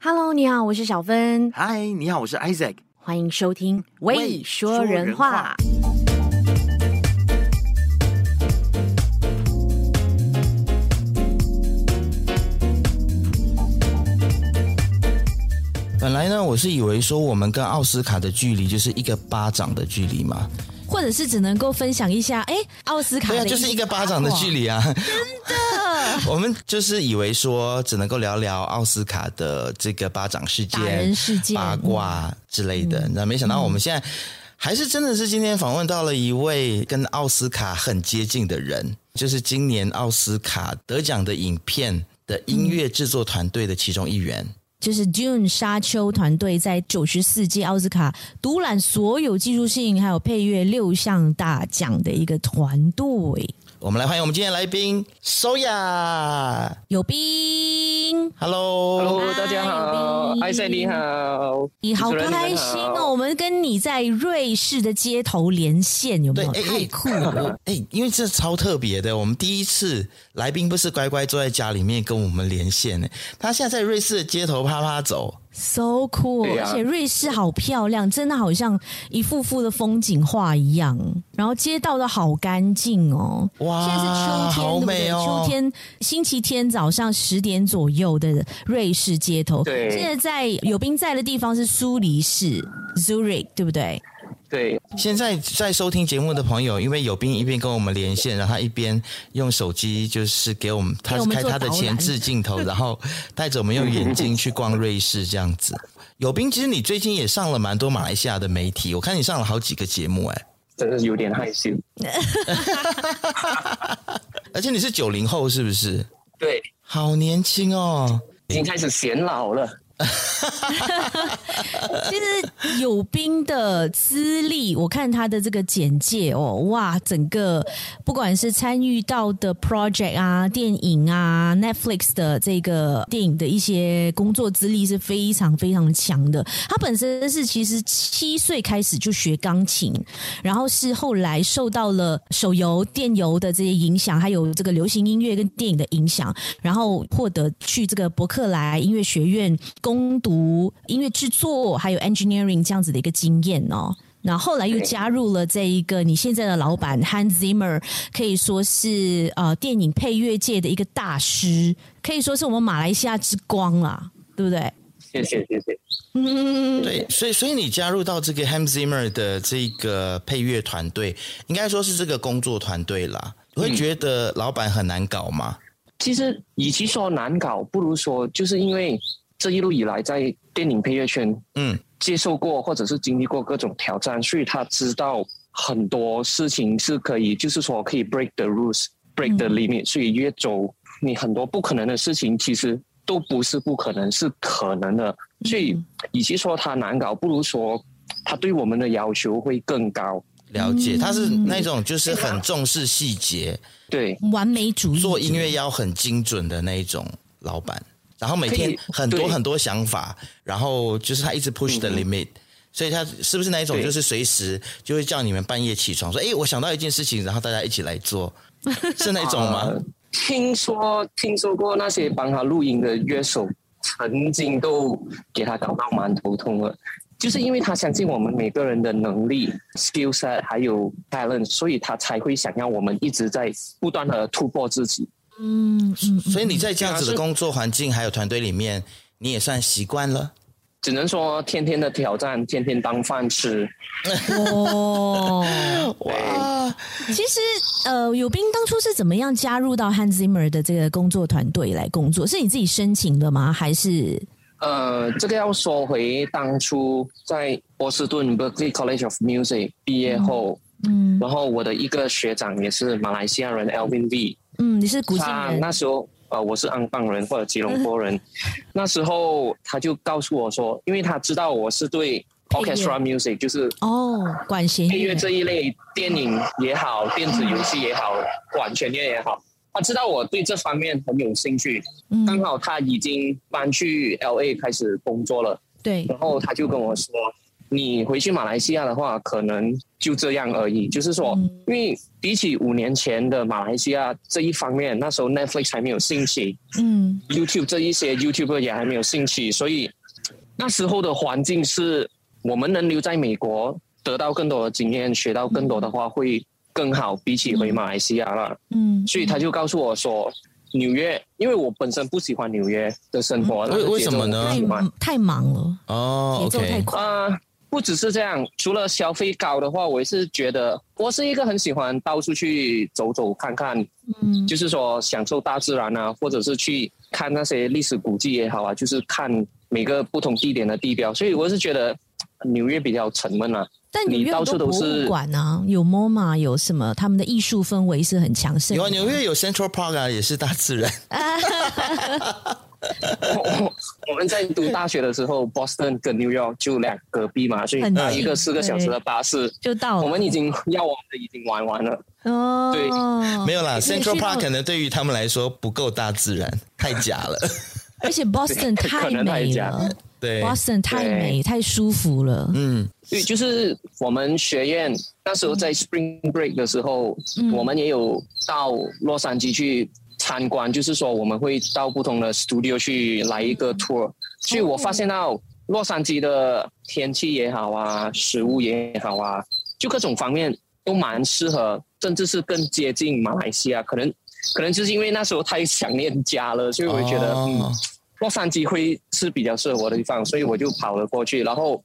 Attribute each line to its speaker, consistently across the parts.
Speaker 1: Hello，你好，我是小芬，
Speaker 2: 嗨，你好，我是 Isaac。
Speaker 1: 欢迎收听《未
Speaker 2: 喂
Speaker 1: 说
Speaker 2: 说
Speaker 1: 人
Speaker 2: 人
Speaker 1: 话
Speaker 2: 话》。
Speaker 3: 本来呢，我是以为说我们跟奥斯卡的距离就是一个巴掌的距离嘛，
Speaker 4: 或者是只能够分享一下，哎，奥斯卡
Speaker 3: 对啊，
Speaker 4: 的
Speaker 3: 就是一个巴掌的距
Speaker 4: 离。
Speaker 3: 离啊。 我们就是以为说只能够聊聊奥斯卡的这个巴掌事件、
Speaker 4: 打人事件
Speaker 3: 八卦之类的，那、没想到我们现在还是真的是今天访问到了一位跟奥斯卡很接近的人，就是今年奥斯卡得奖的影片的音乐制作团队的其中一员。
Speaker 4: 就是 June 沙丘团队在九十四届奥斯卡独揽所有技术性还有配乐六项大奖的一个团队，
Speaker 3: 我们来欢迎我们今天的来宾 Soya。
Speaker 4: 有冰。
Speaker 3: Hello，
Speaker 5: Hello，大家好，
Speaker 4: 嗨
Speaker 5: 艾赛你好，
Speaker 4: 你好
Speaker 5: 主持人
Speaker 4: 开心哦！我！们跟你在瑞士的街头连线，有没
Speaker 3: 对，
Speaker 4: 有？
Speaker 3: 哎、
Speaker 4: 太
Speaker 3: 哎
Speaker 4: 酷
Speaker 3: 我
Speaker 4: 了！
Speaker 3: 哎、因为这超特别的，我们第一次来宾不是乖乖坐在家里面跟我们连线呢，他现在在瑞士的街头啪啪走，
Speaker 4: So cool！、
Speaker 5: 对啊
Speaker 4: 而且瑞士好漂亮，真的好像一幅幅的风景画一样。然后街道都好干净哦。
Speaker 3: 哇，
Speaker 4: 现在是秋天，
Speaker 3: 好
Speaker 4: 对不
Speaker 3: 美
Speaker 4: 对？
Speaker 3: 哦，
Speaker 4: 秋天星期天早上十点左右的瑞士街头。
Speaker 5: 对
Speaker 4: 现在在有冰在的地方是苏黎世 （Zurich），对 不对？
Speaker 5: 对
Speaker 3: 现在在收听节目的朋友，因为有斌一边跟我们连线，然后他一边用手机就是给我们，他
Speaker 4: 给
Speaker 3: 是
Speaker 4: 我们
Speaker 3: 开
Speaker 4: 做
Speaker 3: 他的
Speaker 4: 导览
Speaker 3: 前置镜 头，然后带着我们用眼睛去逛瑞士这样子。有斌，其实你最近也上了蛮多马来西亚的媒体，我看你上了好几个节目、哎，
Speaker 5: 真的是有点害羞。
Speaker 3: 而且你是九零后是不是？
Speaker 5: 对，
Speaker 3: 好年轻哦！
Speaker 5: 已经开始显老了。
Speaker 4: 其实有冰的资历，我看他的这个简介哦，哇，整个不管是参与到的 project 啊、电影啊、Netflix 的这个电影的一些工作资历是非常非常强的。他本身是其实七岁开始就学钢琴，然后是后来受到了手游、电游的这些影响，还有这个流行音乐跟电影的影响，然后获得去这个伯克莱音乐学院攻读音乐制作，还有 engineering 这样子的一个经验哦。然后后来又加入了这一个你现在的老板 Hans Zimmer，可以说是呃电影配乐界的一个大师，可以说是我们马来西亚之光啦，对不对？
Speaker 5: 谢谢谢谢，
Speaker 4: 嗯，
Speaker 3: 对，所以所以你加入到这个 Ham Zimmer 的这个配乐团队，应该说是这个工作团队啦。你会觉得老板很难搞吗？
Speaker 5: 其实与其说难搞，不如说就是因为这一路以来在电影配乐圈
Speaker 3: 嗯，
Speaker 5: 接受过或者是经历过各种挑战，所以他知道很多事情是可以，就是说可以 break the rules, break the limit，、所以越走你很多不可能的事情，其实都不是不可能，是可能的。所以，与其说他难搞，不如说他对我们的要求会更高。
Speaker 3: 了解，
Speaker 5: 嗯
Speaker 3: 他是那种就是很重视细节，
Speaker 5: 对，
Speaker 4: 完美主义
Speaker 3: 做音乐要很精准的那一种老板，然后每天
Speaker 5: 可以
Speaker 3: 很多
Speaker 5: 对
Speaker 3: 很多想法，然后就是他一直 push the
Speaker 5: 嗯
Speaker 3: limit，、所以他是不是那一种
Speaker 5: 对
Speaker 3: 就是随时就会叫你们半夜起床说，哎，我想到一件事情，然后大家一起来做，是那种 吗？
Speaker 5: 呃听说听说过那些帮他录音的乐手，曾经都给他搞到蛮头痛的，就是因为他相信我们每个人的能力、skill set 还有 talent，所以他才会想要我们一直在不断的突破自己。
Speaker 4: 嗯嗯
Speaker 3: 所以你在这样子
Speaker 5: 对啊
Speaker 3: 的
Speaker 5: 是
Speaker 3: 工作环境还有团队里面，你也算习惯了。
Speaker 5: 只能说天天的挑战，天天当饭吃。
Speaker 4: 哦。
Speaker 3: 哇，
Speaker 4: 其实，呃，有斌当初是怎么样加入到 Hans Zimmer 的这个工作团队来工作？是你自己申请的吗？还是
Speaker 5: 呃，这个要说回当初在波士顿 Berkeley College of Music 毕业后，
Speaker 4: 嗯
Speaker 5: 然后我的一个学长也是马来西亚人 Elvin V，
Speaker 4: 嗯，你是古晋
Speaker 5: 他
Speaker 4: 人？嗯
Speaker 5: 那时候呃，我是安邦人或者吉隆坡人， 那时候他就告诉我说，因为他知道我是对
Speaker 4: 乐
Speaker 5: orchestra music，就是
Speaker 4: 哦，管弦
Speaker 5: 配乐
Speaker 4: 乐
Speaker 5: 这一类电影也好，电子游戏也好，管弦乐也好。他知道我对这方面很有兴趣，刚
Speaker 4: 嗯，
Speaker 5: 好他已经搬去 L A 开始工作了，
Speaker 4: 对，
Speaker 5: 然后他就跟我说，你回去马来西亚的话，可能就这样而已。就是说，
Speaker 4: 嗯
Speaker 5: 因为比起五年前的马来西亚这一方面，那时候 Netflix 还没有兴起
Speaker 4: 嗯
Speaker 5: ，YouTube 这一些 YouTuber 也还没有兴起，所以那时候的环境是我们能留在美国，得到更多的经验，学到更多的话会更好，比起回马来西亚了。
Speaker 4: 嗯，
Speaker 5: 所以他就告诉我说，纽约，因为我本身不喜欢纽约的生活，那个
Speaker 3: 嗯为为
Speaker 5: 节
Speaker 3: 什
Speaker 5: 奏
Speaker 3: 么
Speaker 5: 我不
Speaker 3: 呢
Speaker 5: 喜
Speaker 4: 太
Speaker 5: 欢
Speaker 4: 太忙了，
Speaker 3: 哦
Speaker 4: 节奏太
Speaker 3: ，OK，
Speaker 4: 快，
Speaker 5: 啊，不只是这样，除了消费高的话，我也是觉得我是一个很喜欢到处去走走看看，
Speaker 4: 嗯
Speaker 5: 就是说享受大自然啊，或者是去看那些历史古迹也好啊，就是看每个不同地点的地标。所以我是觉得纽约比较沉闷啊。
Speaker 4: 但纽约
Speaker 5: 你到
Speaker 4: 很
Speaker 5: 处
Speaker 4: 多
Speaker 5: 都
Speaker 4: 博
Speaker 5: 是
Speaker 4: 物馆啊，有 MoMA，有什么，他们的艺术氛围是很强盛的。
Speaker 3: 有啊，纽约有 Central Park 啊，也是大自然。
Speaker 5: 我我们在读大学的时候，Boston 跟 New York 就两隔壁嘛，所以
Speaker 4: 很
Speaker 5: 搭
Speaker 4: 近哦
Speaker 5: 一个四个小时的巴士，
Speaker 4: 就到了。
Speaker 5: 我们已经要玩的已经玩完了。
Speaker 4: 哦，
Speaker 5: 对
Speaker 3: 没有啦
Speaker 4: 可以去
Speaker 3: ，Central
Speaker 4: 到
Speaker 3: Park 可能对于他们来说不够大自然，太假 了。
Speaker 4: 而且 Boston
Speaker 5: 对
Speaker 4: 太
Speaker 5: 可能太
Speaker 4: 美
Speaker 5: 假
Speaker 4: 了
Speaker 3: 对，
Speaker 4: ，Boston 太美，太舒服了。
Speaker 3: 嗯，
Speaker 5: 对，就是我们学院那时候在 Spring Break 的时候，
Speaker 4: 嗯
Speaker 5: 我们也有到洛杉矶去参观，就是说我们会到不同的 studio 去来一个 tour。所以我发现到洛杉矶的天气也好啊，食物也好啊，就各种方面都蛮适合，甚至是更接近马来西亚。可能可能就是因为那时候太想念家了，所以我会觉得、嗯
Speaker 3: 哦，
Speaker 5: 洛杉矶会是比较适合我的地方，所以我就跑了过去。然后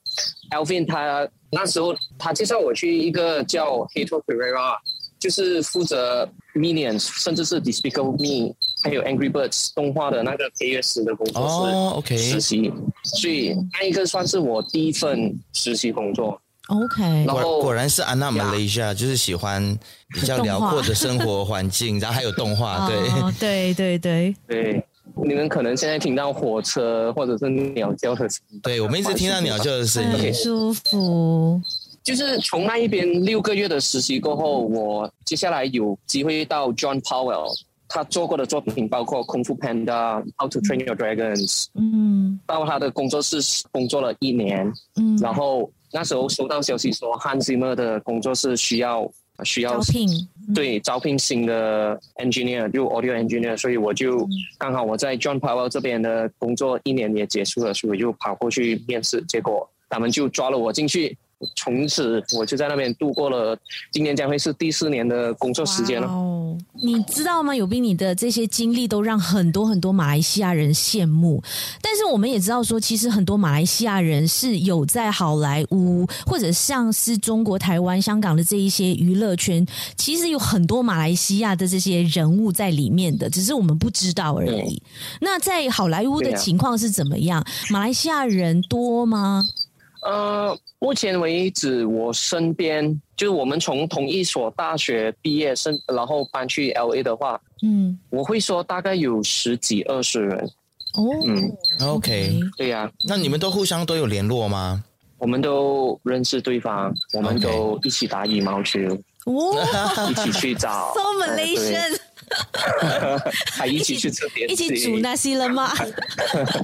Speaker 5: Alvin 他那时候他介绍我去一个叫 Hato Pereira，就是负责 Minions 甚至是 Despicable Me 还有 Angry Birds 动画的那个配乐师的工作室
Speaker 3: 哦，OK，
Speaker 5: 实习，所以那一个算是我第一份实习工作。
Speaker 4: OK，
Speaker 5: 然
Speaker 3: 果
Speaker 5: 后
Speaker 3: 果然是安娜 Malaysia，就是喜欢比较辽阔的生活环境，然后还有动画，啊对，
Speaker 4: 哦，对对对，
Speaker 5: 对，你们可能现在听到火车或者是鸟叫的声音，
Speaker 3: 对我们一直听到鸟叫的声音
Speaker 4: 很。舒服。
Speaker 5: 就是从那一边六个月的实习过后，我接下来有机会到 John Powell，他做过的作品包括《功夫 Panda》《How to Train Your Dragons》，
Speaker 4: 嗯
Speaker 5: 到他的工作室工作了一年，
Speaker 4: 嗯，
Speaker 5: 然后那时候收到消息说汉 a 默的工作室需要需要
Speaker 4: 招聘，
Speaker 5: 对招聘新的 engineer，就 audio engineer，所以我就刚好我在 John Powell 这边的工作一年也结束了，所以我就跑过去面试，结果他们就抓了我进去，从此我就在那边度过了，今年将会是第四年的工作时间了。
Speaker 4: 哦，你知道吗？有斌，你的这些经历都让很多很多马来西亚人羡慕。但是我们也知道说，其实很多马来西亚人是有在好莱坞或者像是中国台湾、香港的这一些娱乐圈，其实有很多马来西亚的这些人物在里面的，只是我们不知道而已。
Speaker 5: 嗯
Speaker 4: 那在好莱坞的
Speaker 5: 对啊
Speaker 4: 情况是怎么样？马来西亚人多吗？
Speaker 5: 呃，目前为止，我身边就是我们从同一所大学毕业生，然后搬去 LA 的话，
Speaker 4: 嗯，
Speaker 5: 我会说大概有十几二十人。
Speaker 4: 哦
Speaker 5: 嗯
Speaker 3: OK，
Speaker 5: 对呀、
Speaker 3: 那你们都互相都有联络吗？
Speaker 5: 我们都认识对方，我们
Speaker 3: OK
Speaker 5: 都一起打羽 毛球。
Speaker 4: 哦
Speaker 5: 一起去找
Speaker 4: ，so
Speaker 5: 呃对
Speaker 4: Malaysian，
Speaker 5: 还一起去吃点
Speaker 4: 一
Speaker 5: 心，
Speaker 4: 起煮那些了吗？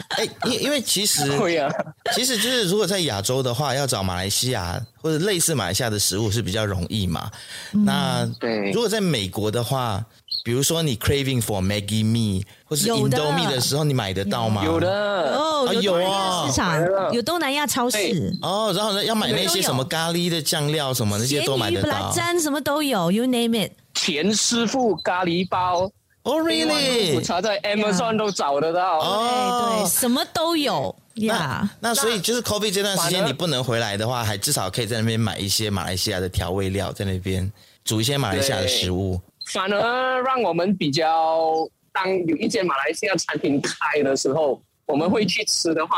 Speaker 3: 哎，因因为其实
Speaker 5: 会啊，
Speaker 3: 其实就是如果在亚洲的话，要找马来西亚或者类似马来西亚的食物是比较容易嘛。那
Speaker 5: 对
Speaker 3: 如果在美国的话，比如说你 craving for Maggie Me 或是
Speaker 4: 有的
Speaker 3: Indomie 的时候，你买得到吗？
Speaker 5: 有。的。
Speaker 4: 哦，
Speaker 3: 啊
Speaker 4: 有
Speaker 3: 有
Speaker 4: 东南亚
Speaker 3: 啊
Speaker 4: 市场
Speaker 5: 来了，
Speaker 4: 有东南亚超市
Speaker 5: 对，
Speaker 3: 哦，然后呢，要买那
Speaker 4: 都
Speaker 3: 些
Speaker 4: 有
Speaker 3: 什么咖喱的酱料什么那些都买
Speaker 4: 咸鱼、
Speaker 3: 得
Speaker 4: 布拉
Speaker 3: 到。
Speaker 4: 詹什么都有，you name it。
Speaker 5: 田师傅咖喱包
Speaker 3: 哦
Speaker 5: 哎我
Speaker 3: ，really？
Speaker 5: 查在 Amazon 都找得到。
Speaker 4: 哎对对，
Speaker 3: 哦，
Speaker 4: 什么都有呀。
Speaker 3: 那所以就是 COVID 这段时
Speaker 5: 反
Speaker 3: 间
Speaker 5: 而
Speaker 3: 你不能回来的话，还至少可以在那边买一些马来西亚的调味料，在那边煮一些马来西亚的
Speaker 5: 对
Speaker 3: 食物。
Speaker 5: 反而让我们比较，当有一间马来西亚餐厅开的时候，我们会去吃的话，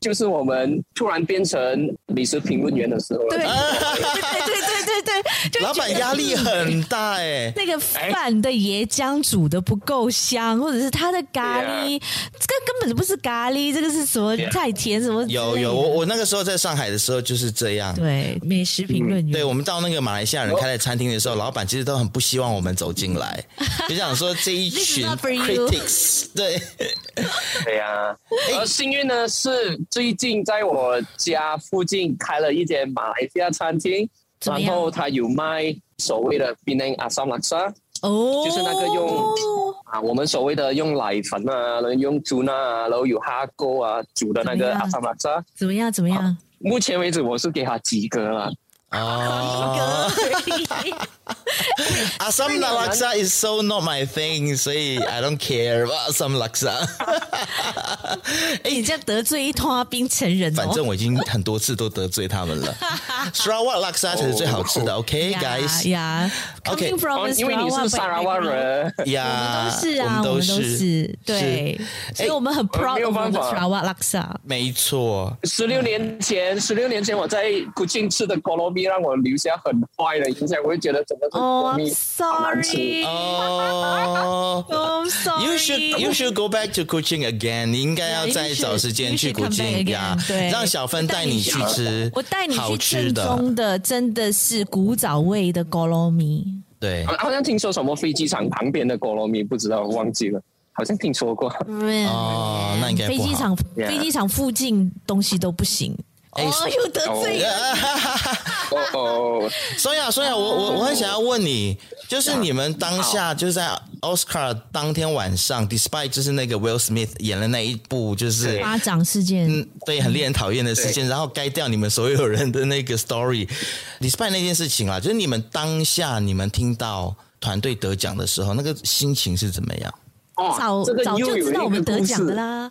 Speaker 5: 就是我们突然变成美食评论员的时候 了。
Speaker 4: 对对对对对对，就
Speaker 3: 老板
Speaker 4: 觉得嗯
Speaker 3: 压力很大哎、
Speaker 4: 那个饭的椰浆煮的不够香，或者是它的咖
Speaker 3: 哎
Speaker 4: 喱，这个根本就不是咖喱，这个是什么太甜什么之类的？
Speaker 3: 有有，我我那个时候在上海的时候就是这样。
Speaker 4: 对美食评论
Speaker 3: 嗯对，
Speaker 4: 员，
Speaker 3: 我们到那个马来西亚人开的餐厅的时候，老板其实 都很不希望我们走进来，就想说这一
Speaker 4: This is
Speaker 3: 群
Speaker 4: not for you
Speaker 3: critics，对
Speaker 5: 对呀、
Speaker 4: 哎
Speaker 5: 而幸运呢是最近在我家附近开了一间马来西亚餐厅，
Speaker 4: 怎么
Speaker 5: 然
Speaker 4: 样
Speaker 5: 后他有卖所谓的 Penang Asam Laksa
Speaker 4: 哦，
Speaker 5: 就是那个用啊，我们所谓的用奶粉啊，然后用猪那啊，然后有哈勾啊煮的那
Speaker 4: 怎么
Speaker 5: 个
Speaker 4: 样
Speaker 5: Asam Laksa。
Speaker 4: 怎么样怎么样？
Speaker 5: 目前为止我是给他及格了。
Speaker 3: 哦，啊，some laksa is so not my thing，所以 I don't care about some laksa。
Speaker 4: 哎，你这样得罪一拖冰城人 哦，
Speaker 3: 反正我已经很多次都得罪他们 了。Sarawak laksa 才是最好吃的。
Speaker 4: 呀
Speaker 3: OK，guys，
Speaker 4: 呀
Speaker 3: OK，
Speaker 4: ，coming from
Speaker 5: 哦
Speaker 4: a
Speaker 5: 因为你是
Speaker 4: Sarawak
Speaker 5: 沙拉哇
Speaker 4: background
Speaker 5: 人，
Speaker 3: 呀，
Speaker 4: 都是啊，我们都是，对，所以我们很 proud
Speaker 5: 没有
Speaker 4: of 我们
Speaker 5: 办
Speaker 4: 的
Speaker 5: 法
Speaker 4: Sarawak Laksa。
Speaker 3: 没错，
Speaker 5: 十六年前，十六年前我在古晋吃的 k o l o m i 让我留下很坏的印象，我就觉得整个这 k
Speaker 3: Oh,
Speaker 5: o
Speaker 4: 哦
Speaker 5: l o
Speaker 4: ，I'm sorry，
Speaker 3: 哦。
Speaker 4: Oh, I'm sorry。
Speaker 3: You should you should go back to Kuching again。你应该要再找时间去
Speaker 4: Yeah, you should- you should come back
Speaker 3: 古
Speaker 4: again，
Speaker 3: 晋呀，
Speaker 4: 对
Speaker 3: 让小芬带你去吃
Speaker 4: 我带你
Speaker 3: 好
Speaker 4: 去
Speaker 3: 吃
Speaker 4: 正
Speaker 3: 的。
Speaker 4: 宗的，真的是古早味的 Golomi。
Speaker 3: 对，
Speaker 5: 好像听说什么飞机场旁边的 k o l o m i 不知道忘记了，好像听 说过。
Speaker 3: 哦 Oh，那应该不
Speaker 4: 飞
Speaker 3: 好
Speaker 4: 机场
Speaker 5: Yeah
Speaker 4: 飞机场附近东西都不行。哦
Speaker 3: 哎，
Speaker 4: 又得罪人。
Speaker 5: 哦哦，
Speaker 3: 所以啊，所以啊，我我我很想要问你，就是你们当下就是在 Oscar 当天晚上，despite 就是那个 Will Smith 演的那一部，就是
Speaker 5: 对
Speaker 4: 巴掌事件，
Speaker 3: 嗯，对，很令人讨厌的事件，然后该掉你们所有人的那个 story，despite 那件事情啊，就是你们当下你们听到团队得奖的时候，那个心情是怎么样？
Speaker 5: 哦
Speaker 4: 早
Speaker 5: 这个
Speaker 4: 早
Speaker 5: 又
Speaker 4: 就
Speaker 5: 有
Speaker 4: 知道我
Speaker 5: 一
Speaker 4: 们
Speaker 5: 个
Speaker 4: 得
Speaker 5: 故
Speaker 4: 奖的
Speaker 5: 事。
Speaker 4: 啦。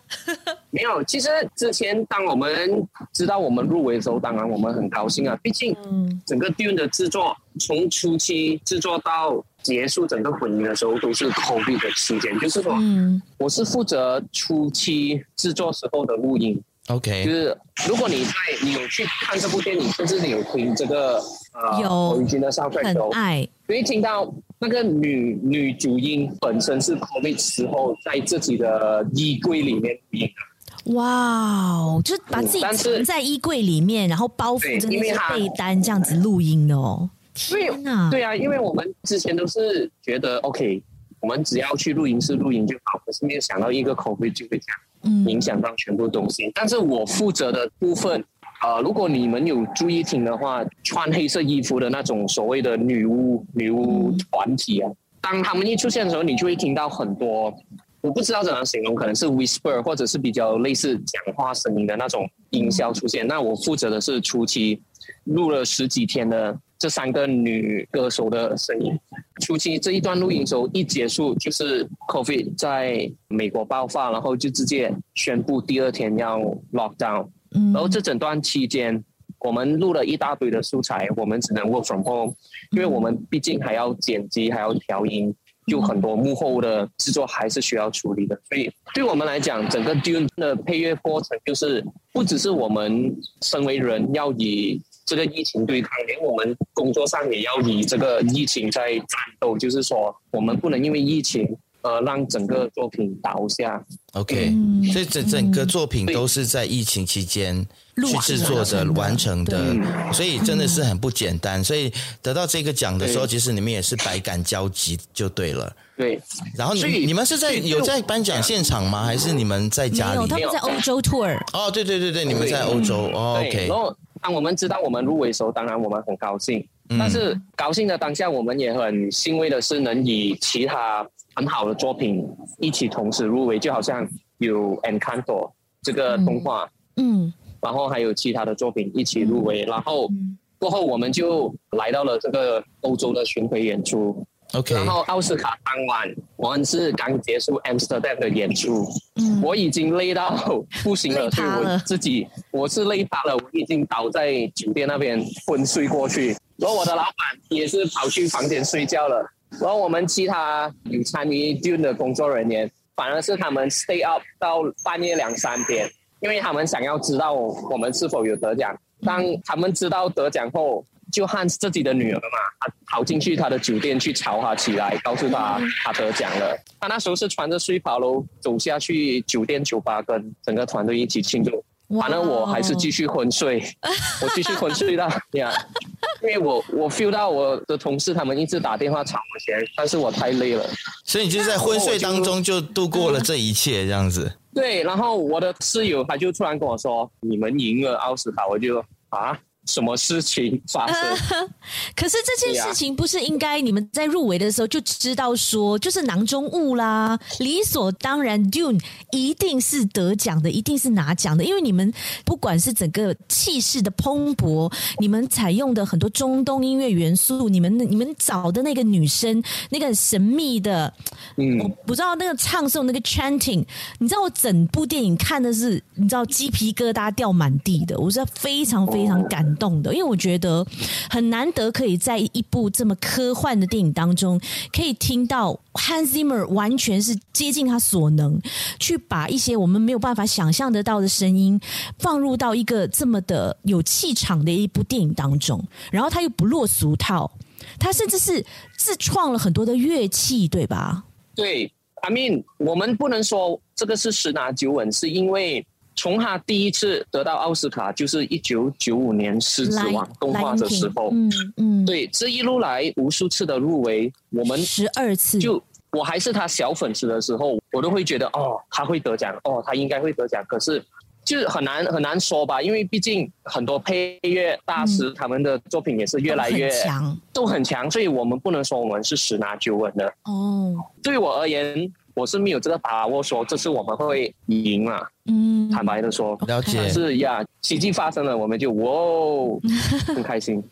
Speaker 5: 没有，其实之前当我们知道我们入围的时候，当然我们很高兴啊，毕竟
Speaker 4: 嗯，
Speaker 5: 整个 Dune 的制作从初期制作到结束整个混音的时候都是 COVID 的期间，就是说
Speaker 4: 嗯，
Speaker 5: 我是负责初期制作时候的录音，就
Speaker 3: OK，
Speaker 5: 是如果你在你有去看这部电影，甚至你有听这个呃
Speaker 4: 有
Speaker 5: 的 soundtrack
Speaker 4: 很
Speaker 5: 的时候
Speaker 4: 爱。
Speaker 5: 你会听到那个女女主音本身是 COVID 时候在自己的衣柜里面录音的。
Speaker 4: 哇哦，就是把自己
Speaker 5: 但是
Speaker 4: 藏在衣柜里面，然后包覆着那
Speaker 5: 对因为
Speaker 4: 些
Speaker 5: 它
Speaker 4: 被单，这样子录音的哦。天哪！
Speaker 5: 对啊，因为我们之前都是觉得 OK，我们只要去录音室录音就好，可是没有想到一个 COVID 就会这样
Speaker 4: 嗯
Speaker 5: 影响到全部东西。但是我负责的部分，呃，如果你们有注意听的话，穿黑色衣服的那种所谓的女巫女巫团体啊，当他们一出现的时候，你就会听到很多。我不知道怎么形容，可能是 whisper 或者是比较类似讲话声音的那种音效出现。那我负责的是初期录了十几天的这三个女歌手的声音。初期这一段录音时候一结束，就是 COVID 在美国爆发，然后就直接宣布第二天要 lock down。
Speaker 4: 嗯
Speaker 5: 然后这整段期间，我们录了一大堆的素材，我们只能 work from home，因为我们毕竟还要剪辑，还要调音，就很多幕后的制作还是需要处理的。所以对我们来讲，整个 Dune 的配乐过程就是不只是我们身为人要以这个疫情对抗，连我们工作上也要以这个疫情在战斗，就是说我们不能因为疫情。呃，让整个作品倒下，
Speaker 3: OK，、
Speaker 4: 嗯
Speaker 3: 所以整整个作品
Speaker 5: 对
Speaker 3: 都是在疫情期间
Speaker 5: 嗯
Speaker 4: 录
Speaker 3: 去
Speaker 4: 完
Speaker 3: 制作的、完
Speaker 4: 完
Speaker 3: 成
Speaker 4: 成的
Speaker 3: 的，所以真的是很不简单。所以得到这个奖的时候，
Speaker 5: 对
Speaker 3: 其实你们也是百感交集就对了。
Speaker 5: 对，
Speaker 3: 然后你
Speaker 5: 所以
Speaker 3: 你们是在
Speaker 5: 所以
Speaker 3: 有在颁奖现场吗？还是你们在
Speaker 4: 没
Speaker 3: 家
Speaker 4: 有，
Speaker 3: 里
Speaker 4: 他？们在欧洲 tour。
Speaker 3: 哦，对对对对，你们
Speaker 5: 对
Speaker 3: 在欧洲。哦
Speaker 5: 对，
Speaker 3: OK，
Speaker 5: 然后当我们知道我们入围的时候，当然我们很高兴，
Speaker 3: 嗯
Speaker 5: 但是高兴的当下，我们也很欣慰的是能以其他很好的作品一起同时入围，就好像有《Encanto》这个动画，
Speaker 4: 嗯
Speaker 5: 然后还有其他的作品一起入围，然后
Speaker 4: 嗯
Speaker 5: 过后我们就来到了这个欧洲的巡回演出，
Speaker 3: OK，
Speaker 5: 然后奥斯卡当晚我们是刚结束 Amsterdam 的演出，
Speaker 4: 嗯，
Speaker 5: 我已经累到不行
Speaker 4: 累
Speaker 5: 了，所以
Speaker 4: 趴了
Speaker 5: 我自己我是累趴了，我已经倒在酒店那边昏睡过去。然后我的老板也是跑去房间睡觉了。然后我们其他有参与 Dune 的工作人员，反而是他们 stay up 到半夜两三点，因为他们想要知道我们是否有得奖。当他们知道得奖后，就和自己的女儿嘛，她跑进去她的酒店去吵她起来，告诉她她得奖了。她那时候是穿着睡袍喽，走下去酒店酒吧，跟整个团队一起庆祝。
Speaker 4: 哇
Speaker 5: 反正我还是继续昏睡，我继续昏睡到呀，因为我我 feel 到我的同事他们一直打电话吵我钱，但是我太累了，
Speaker 3: 所以你就是在昏睡当中就度过了这一切，这样子。
Speaker 5: 对，然后我的室友他就突然跟我说：“你们赢了奥斯卡。”我就啊，什么事情发生？
Speaker 4: 可是这件
Speaker 5: 对啊
Speaker 4: 事情不是应该你们在入围的时候就知道说，就是囊中物啦，理所当然，Dune 一定是得奖的，一定是拿奖的，因为你们不管是整个气势的蓬勃，你们采用的很多中东音乐元素，你们你们找的那个女生，那个神秘的，我
Speaker 5: 嗯，
Speaker 4: 不知道那个唱诵那个 chanting，你知道我整部电影看的是，你知道鸡皮疙瘩掉满地的，我是非常非常感动的，因为我觉得很难得可以在一部这么科幻的电影当中，可以听到 Hans Zimmer 完全是竭尽他所能去把一些我们没有办法想象得到的声音放入到一个这么的有气场的一部电影当中，然后他又不落俗套。他甚至是自创了很多的乐器，对吧？
Speaker 5: 对，I mean，我们不能说这个是十拿九稳，是因为从他第一次得到奥斯卡就是一九九五年《狮子王》动画的时候，
Speaker 4: 嗯嗯，
Speaker 5: 对，这一路来无数次的入围，我们
Speaker 4: 十二次，
Speaker 5: 就我还是他小粉丝的时候，我都会觉得哦，他会得奖，哦，他应该会得奖。可是就是很难很难说吧，因为毕竟很多配乐大师、他们的作品也是越来越
Speaker 4: 都很强
Speaker 5: 都很强，所以我们不能说我们是十拿九稳的。
Speaker 4: 哦，
Speaker 5: 对我而言，我是没有这个把握说这次我们会赢啊。
Speaker 4: 嗯，
Speaker 5: 坦白的说，
Speaker 3: 了
Speaker 5: 但
Speaker 3: 解
Speaker 5: 是呀，奇迹发生了，我们就哇 哦，很开心。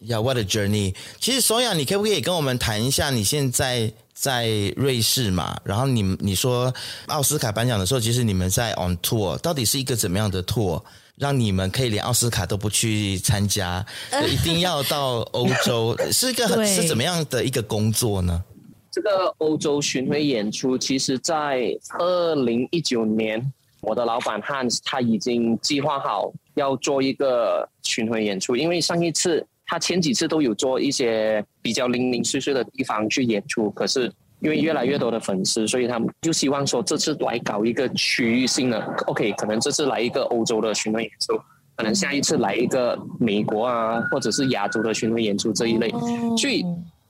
Speaker 3: 呀、yeah,，What a journey！其实索雅，你可不可以跟我们谈一下你现在在瑞士嘛？然后你你说奥斯卡颁奖的时候，其实你们在 on tour，到底是一个怎么样的 tour？让你们可以连奥斯卡都不去参加， 就一定要到欧洲，是一个很
Speaker 4: 对
Speaker 3: 是怎么样的一个工作呢？
Speaker 5: 这个欧洲巡回演出，其实在二零一九年，我的老板 Hans 他已经计划好要做一个巡回演出，因为上一次他前几次都有做一些比较零零碎碎的地方去演出，可是。因为越来越多的粉丝，所以他们就希望说这次来搞一个区域性的，OK，可能这次来一个欧洲的巡回演出，可能下一次来一个美国啊，或者是亚洲的巡回演出这一类。
Speaker 4: 哦
Speaker 5: 所以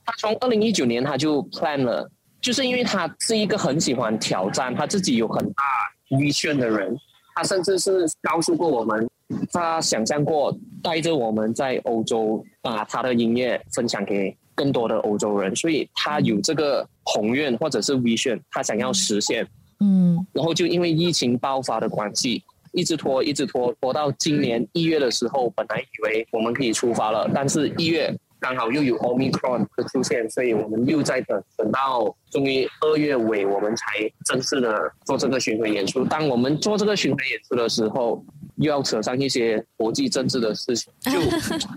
Speaker 5: 他从二零一九年他就 plan 了，就是因为他是一个很喜欢挑战，他自己有很大 vision 的人，他甚至是告诉过我们，他想象过带着我们在欧洲把他的音乐分享给更多的欧洲人，所以他有这个宏愿或者是 vision，他想要实现。
Speaker 4: 嗯
Speaker 5: 然后就因为疫情爆发的关系，一直拖，一直拖，拖到今年一月的时候，本来以为我们可以出发了，但是一月刚好又有 Omicron 的出现，所以我们又在等，等到终于二月尾，我们才正式的做这个巡回演出。当我们做这个巡回演出的时候，又要扯上一些国际政治的事情，就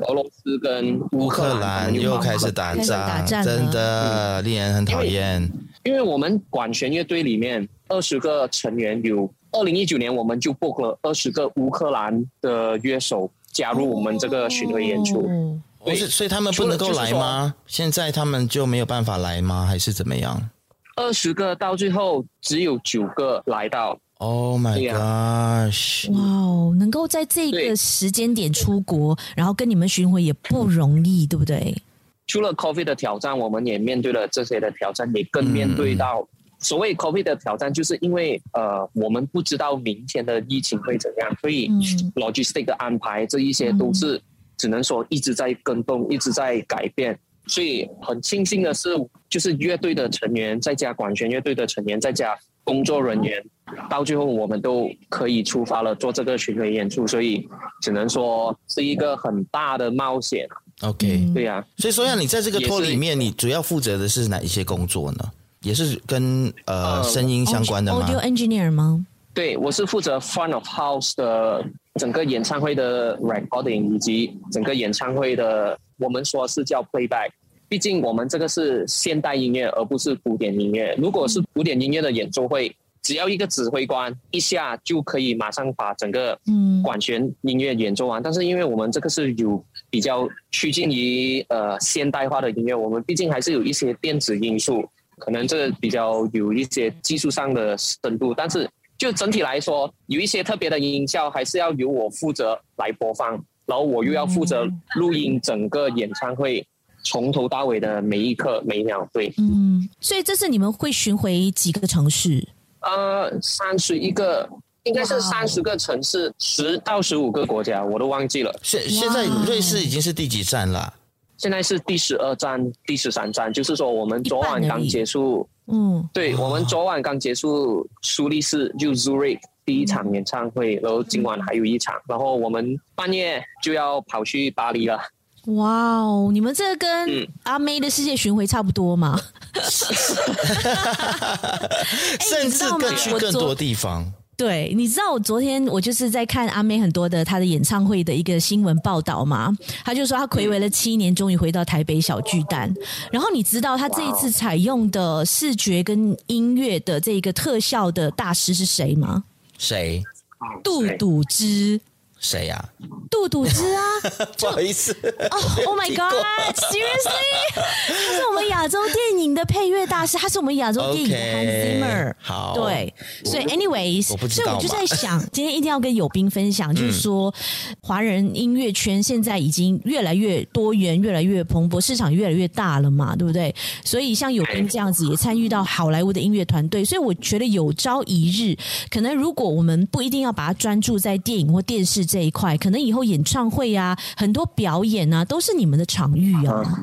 Speaker 5: 俄罗斯跟乌
Speaker 3: 乌
Speaker 5: 克
Speaker 3: 克
Speaker 5: 兰
Speaker 3: 兰嗯又开始
Speaker 5: 打。
Speaker 3: 打
Speaker 4: 开始
Speaker 3: 仗，
Speaker 4: 打仗了
Speaker 3: 真的令人很讨厌。
Speaker 5: 因为我们管弦乐队里面二十个成员有，二零一九年我们就 book 了二十个乌克兰的乐手加入我们这个巡回演出。
Speaker 4: 哦
Speaker 3: 不是，所以他们不能够来吗？现在他们就没有办法来吗？还是怎么样
Speaker 5: 二十个到最后只有九个来到，
Speaker 3: ？Oh my
Speaker 5: 对
Speaker 3: gosh！
Speaker 4: 哇哦，能够在这个
Speaker 5: 对
Speaker 4: 时间点出国，然后跟你们巡回也不容易，对不对？
Speaker 5: 除了 COVID 的挑战，我们也面对了这些的挑战，也更面对到所谓 COVID 的挑战，就是因为呃，我们不知道明天的疫情会怎样，所以
Speaker 4: 嗯
Speaker 5: logistic 的安排这一些都是只能说一直在更动，一直在改变。所以很庆幸的是，就是乐队的成员，再加管弦乐队的成员，再加工作人员，到最后我们都可以出发了，做这个巡回演出。所以只能说是一个很大的冒险，
Speaker 3: OK，、
Speaker 4: 嗯
Speaker 5: 对啊呀、
Speaker 3: 所以说呀，你在这个
Speaker 5: 也是
Speaker 3: 托里面，你主要负责的是哪一些工作呢？也是跟呃
Speaker 5: 呃
Speaker 3: 声音相关的吗
Speaker 4: Audio engineer 吗？
Speaker 5: 对，我是负责 front of house 的整个演唱会的 recording 以及整个演唱会的，我们说是叫 playback。毕竟我们这个是现代音乐，而不是古典音乐。如果是古典音乐的演奏会，只要一个指挥官一下就可以马上把整个
Speaker 4: 嗯
Speaker 5: 管弦音乐演奏完。啊但是因为我们这个是有比较趋近于呃现代化的音乐，我们毕竟还是有一些电子因素，可能这比较有一些技术上的深度。但是就整体来说，有一些特别的音效还是要由我负责来播放，然后我又要负责录音整个演唱会。从头到尾的每一刻每一秒。对，
Speaker 4: 嗯，所以这次你们会巡回几个城市？
Speaker 5: 呃，三十一个。应该是三十个城市，十到十五个国家，我都忘记了。
Speaker 4: 哎
Speaker 3: 现现在瑞士已经是第几站了？
Speaker 5: 现在是第十二站、第十三站，就是说我们昨
Speaker 4: 一半而
Speaker 5: 晚
Speaker 4: 已
Speaker 5: 刚结束，
Speaker 4: 嗯，
Speaker 5: 对我们昨晚刚结束苏黎世就 Zurich 第一场演唱会，然后今晚还有一场，然后我们半夜就要跑去巴黎了。
Speaker 4: 哇哦，你们这跟
Speaker 5: 嗯
Speaker 4: 阿妹的世界巡回差不多嘛？
Speaker 3: 甚至更去
Speaker 4: 哎你知
Speaker 3: 更
Speaker 4: 道吗
Speaker 3: 多地方。
Speaker 4: 对，你知道我昨天我就是在看阿妹很多的她的演唱会的一个新闻报道嘛，她就说她暌违了七年，终于回到台北小巨蛋。然后你知道她这一次采用的视觉跟音乐的这个特效的大师是谁吗？
Speaker 3: 谁
Speaker 4: 杜
Speaker 5: 对
Speaker 4: 笃之，
Speaker 3: 谁啊呀？
Speaker 4: 杜笃之 啊
Speaker 3: 不好意思，
Speaker 4: ！Oh my
Speaker 3: 听过
Speaker 4: God，seriously，他是我们亚洲电影的配乐大师，他是我们亚洲电影的
Speaker 3: OK，
Speaker 4: Hans Zimmer。
Speaker 3: 好
Speaker 4: 对，所以 anyways，
Speaker 3: 哦我不知
Speaker 4: 所以
Speaker 3: 道
Speaker 4: 我就
Speaker 3: 嘛
Speaker 4: 在想，今天一定要跟友斌分享，就是说，华人音乐圈现在已经越来越多元、越来越蓬勃，市场越来越大了嘛，对不对？所以像友斌这样子也参与到好莱坞的音乐团队，所以我觉得有朝一日，可能如果我们不一定要把它专注在电影或电视这一块，可能以后演唱会啊，很多表演啊，都是你们的场域啊。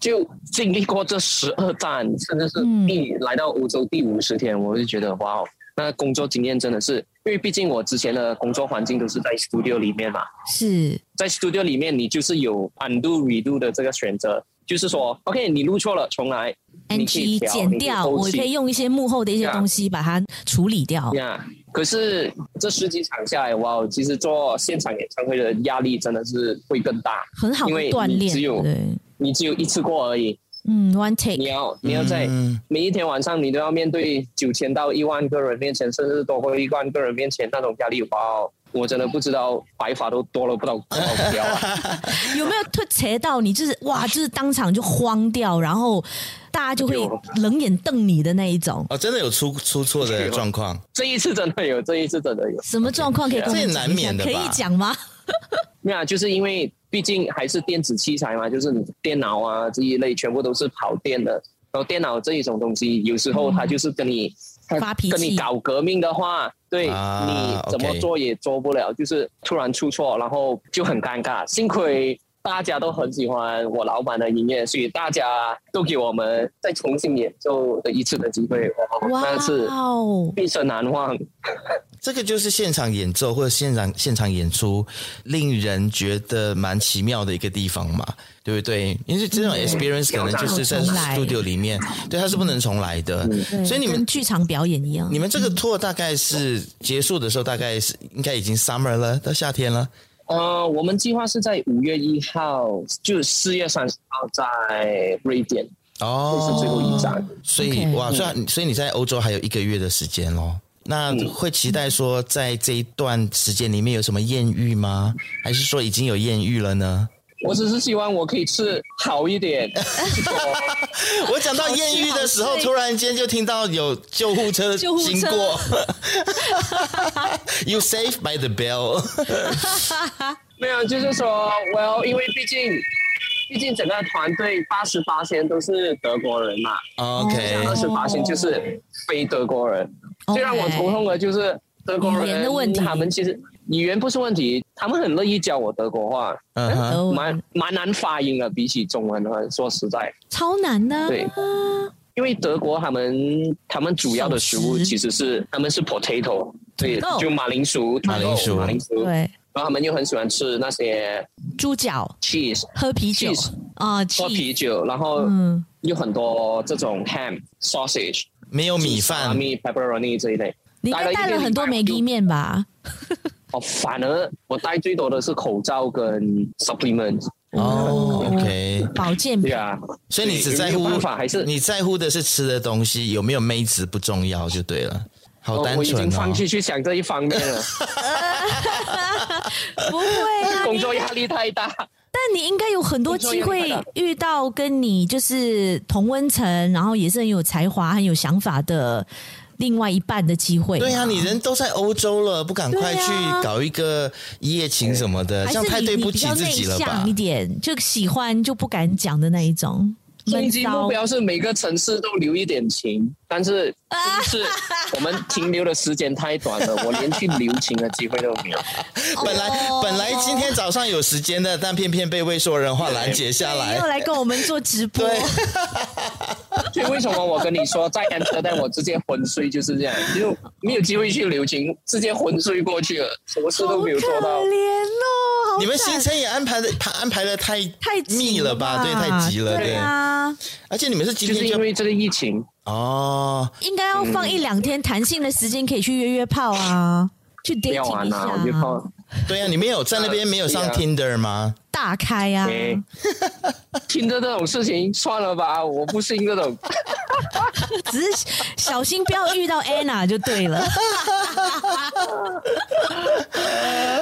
Speaker 5: 就经历过这十二站，真的是第、来到欧洲第五十天，我就觉得哇哦，那工作经验真的是，因为毕竟我之前的工作环境都是在 studio 里面嘛，
Speaker 4: 是，
Speaker 5: 在 studio 里面你就是有 undo redo 的这个选择，就是说 OK 你录错了重来，你可
Speaker 4: NG
Speaker 5: 以调
Speaker 4: 剪掉，我可以。用一些幕后的一些
Speaker 5: Yeah
Speaker 4: 东西把它处理掉。
Speaker 5: 呀可是这十几场下来，哇哦，其实做现场演唱会的压力真的是会更大，
Speaker 4: 很好的
Speaker 5: 因为
Speaker 4: 锻
Speaker 5: 你
Speaker 4: 炼，
Speaker 5: 只有
Speaker 4: 对，
Speaker 5: 你只有一次过而已，
Speaker 4: 嗯，one
Speaker 5: 你
Speaker 4: take，
Speaker 5: 要你要在
Speaker 3: 嗯
Speaker 5: 每一天晚上你都要面对九千到一万个人面前，甚至多过一万个人面前那种压力，哇、哦！我真的不知道白发都多了不知道多少条啊！
Speaker 4: 有 没有突切到你？就是哇，就是当场就慌掉，然后大家就会
Speaker 5: 有
Speaker 4: 冷眼瞪你的那一种。
Speaker 3: 哦，真的有出出错 的状况。
Speaker 5: 这一次真的有，这一次真的有。
Speaker 4: 什么状况可以跟我
Speaker 3: 这也
Speaker 4: 们讲一
Speaker 3: 难
Speaker 4: 下？
Speaker 3: 免的
Speaker 4: 可以
Speaker 3: 吧
Speaker 4: 讲吗？
Speaker 5: 没有啊，就是因为毕竟还是电子器材嘛，就是你电脑啊这一类全部都是跑电的。然后电脑这一种东西，有时候它就是跟你、它
Speaker 4: 发脾气
Speaker 5: 跟你搞革命的话，对、
Speaker 3: 啊
Speaker 5: 你怎么
Speaker 3: OK
Speaker 5: 做也做不了，就是突然出错，然后就很尴尬。幸亏大家都很喜欢我老板的音乐，所以大家都给我们再重新演奏的一次的机会。哇，
Speaker 4: 哇
Speaker 5: 那是
Speaker 4: 哦，
Speaker 5: 毕生难忘。
Speaker 3: 这个就是现场演奏或者现场现场演出，令人觉得蛮奇妙的一个地方嘛，对不对？因为这种 experience 可能就是在
Speaker 4: 没有重来
Speaker 3: studio 里面，对，它是不能重来的。
Speaker 4: 对
Speaker 3: 所以你们
Speaker 4: 跟剧场表演一样
Speaker 3: 你，们这个 tour 大概是结束的时候，大概是应该已经 summer 了，到夏天了。
Speaker 5: 呃，我们计划是在五月一号，就是四月三十号在瑞典，这是最后
Speaker 3: 哦，
Speaker 5: 一站。
Speaker 3: 所以
Speaker 4: OK
Speaker 3: 哇，所以所以你在欧洲还有一个月的时间咯。那会期待说，在这一段时间里面有什么艳遇吗？还是说已经有艳遇了呢？
Speaker 5: 我只是希望我可以吃好一 点。
Speaker 3: 我讲到艳遇的时候，突然间就听到有救护车
Speaker 4: 救护车
Speaker 3: 经过 ，You saved by the bell
Speaker 5: 没有，就是说，Well，因为毕竟，毕竟整个团队八十八千都是德国人嘛，
Speaker 3: OK，
Speaker 5: 二十八千就是非德国人。最让我头痛的就是德国
Speaker 4: 哦语言
Speaker 5: 人
Speaker 4: 的问题
Speaker 5: 他们其实语言不是问题，他们很乐意教我德国话，
Speaker 3: 嗯哼，
Speaker 4: 哦
Speaker 5: 蛮蛮难发音的，比起中文的话，说实在。
Speaker 4: 超难的啊，
Speaker 5: 对因为德国他们他们主要的食
Speaker 4: 手
Speaker 5: 物
Speaker 4: 撕
Speaker 5: 其实是他们是 potato，对
Speaker 4: 土豆，
Speaker 5: 就马铃薯、
Speaker 3: 马铃薯
Speaker 5: 土豆马铃薯，然
Speaker 4: 对，
Speaker 5: 后他们又很喜欢吃那些
Speaker 4: 猪脚
Speaker 5: cheese
Speaker 4: 喝啤酒
Speaker 5: Cheese
Speaker 4: 啊，
Speaker 5: 喝
Speaker 4: cheese，
Speaker 5: 啤酒，然后
Speaker 4: 嗯，
Speaker 5: 有很多这种 ham、sausage、
Speaker 3: 没有哦米饭，
Speaker 5: salami、pepperoni 这一类。
Speaker 4: 你应该带了很多梅
Speaker 5: 一
Speaker 4: 鸡
Speaker 5: 个礼拜
Speaker 4: 面吧？
Speaker 5: 我就哦，反而我带最多的是口罩跟 supplement，
Speaker 3: 哦，OK，
Speaker 4: 保健
Speaker 5: 对
Speaker 4: 品，
Speaker 5: 啊，
Speaker 3: 所以你只在
Speaker 5: 有
Speaker 3: 乎
Speaker 5: 没有办法还是
Speaker 3: 你在乎的是吃的东西有没有妹子不重要就对了，好
Speaker 5: 我
Speaker 3: 单
Speaker 5: 我已
Speaker 3: 纯
Speaker 5: 经放
Speaker 3: 哦。
Speaker 5: 弃去想这一方面了，
Speaker 4: 不会啊，
Speaker 5: 工作压力太大。
Speaker 4: 但你应该有很多机会遇到跟你就是同温层，然后也是很有才华、很有想法的另外一半的机会嘛。
Speaker 3: 对呀、你人都在欧洲了，不赶快去
Speaker 4: 对啊
Speaker 3: 搞一个一夜情什么的，
Speaker 4: 还
Speaker 3: 这样太
Speaker 4: 是你
Speaker 3: 对
Speaker 4: 你
Speaker 3: 不
Speaker 4: 比
Speaker 3: 起
Speaker 4: 较
Speaker 3: 自
Speaker 4: 内
Speaker 3: 己了吧
Speaker 4: 向一？点，就喜欢就不敢讲的那一种。
Speaker 5: 终
Speaker 4: 闷
Speaker 5: 极
Speaker 4: 骚
Speaker 5: 目标是每个城市都留一点情，但是就是
Speaker 4: 啊
Speaker 5: 我们停留的时间太短了，我连去留情的机会都没有。
Speaker 3: 本来
Speaker 4: 哦
Speaker 3: 本来今天早上有时间的，但偏偏被未说人话拦截下
Speaker 4: 对
Speaker 3: 来
Speaker 4: 又。来跟我们做直播，
Speaker 3: 对，
Speaker 5: 所以为什么我跟你说在 Amsterdam 我直接昏睡就是这样，就没有机会去留情，直接昏睡过去了，什么事
Speaker 4: 好
Speaker 5: 都
Speaker 4: 可
Speaker 5: 没有做到。
Speaker 4: 怜哦，好
Speaker 3: 你们
Speaker 4: 惨
Speaker 3: 行程也安排的安排的太
Speaker 4: 太紧
Speaker 3: 密了吧？对，太急了，
Speaker 4: 对
Speaker 3: 对。
Speaker 4: 啊，
Speaker 3: 而且你们是今
Speaker 5: 就是
Speaker 3: 天
Speaker 5: 因
Speaker 3: 就
Speaker 5: 为这个疫情，
Speaker 3: 哦，
Speaker 4: 应该要放一两天弹性的时间，可以去约约炮啊，去
Speaker 5: 不要
Speaker 4: dating
Speaker 5: 玩
Speaker 4: 一
Speaker 5: 啦，我就
Speaker 4: 下，
Speaker 5: 靠
Speaker 3: 对啊呀，你们有在那边没有上
Speaker 5: 是啊
Speaker 3: Tinder 吗？
Speaker 4: 大开啊，
Speaker 5: 哎，听着这种事情算了吧，我不信这种。
Speaker 4: 只是小心不要遇到 Anna 就对了。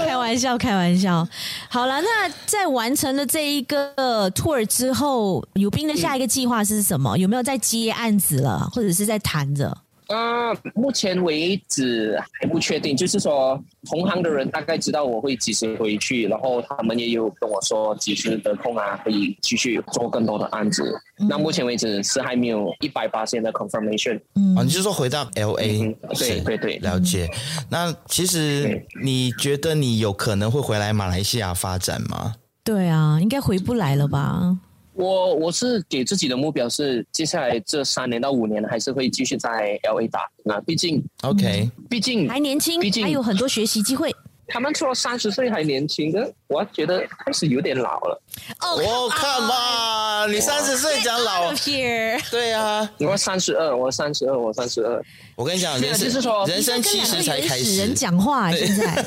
Speaker 4: 开玩笑，开玩笑。好了，那在完成了这一个 tour 之后，有斌的下一个计划是什么？有没有在接案子了，或者是在谈着？
Speaker 5: 啊，目前为止还不确定，就是说同行的人大概知道我会几时回去，然后他们也有跟我说几时得空啊，可以继续做更多的案子。那目前为止是还没有一百八千的 confirmation。
Speaker 3: 哦，你就说回到 L A，
Speaker 5: 嗯对对对
Speaker 3: 了解。那其实你觉得你有可能会回来马来西亚发展吗？
Speaker 4: 对啊，应该回不来了吧？
Speaker 5: 我我是给自己的目标是，接下来这三年到五年还是会继续在 LA 打。那毕竟
Speaker 3: OK，
Speaker 5: 毕竟
Speaker 4: 还年轻
Speaker 5: 毕，竟
Speaker 4: 还有很多学习机会。
Speaker 5: 他们说三十岁还年轻的，我觉得开始有点老了。
Speaker 4: 哦
Speaker 3: 我看吧，你三十岁讲老，
Speaker 4: here，
Speaker 3: 对啊，
Speaker 5: 我三十二，我三十二，我三十二。
Speaker 3: 我跟你讲，
Speaker 5: 没有
Speaker 3: 人
Speaker 5: 就是
Speaker 3: 生
Speaker 5: 说
Speaker 3: 人生七十才开始
Speaker 4: 人。讲话、现在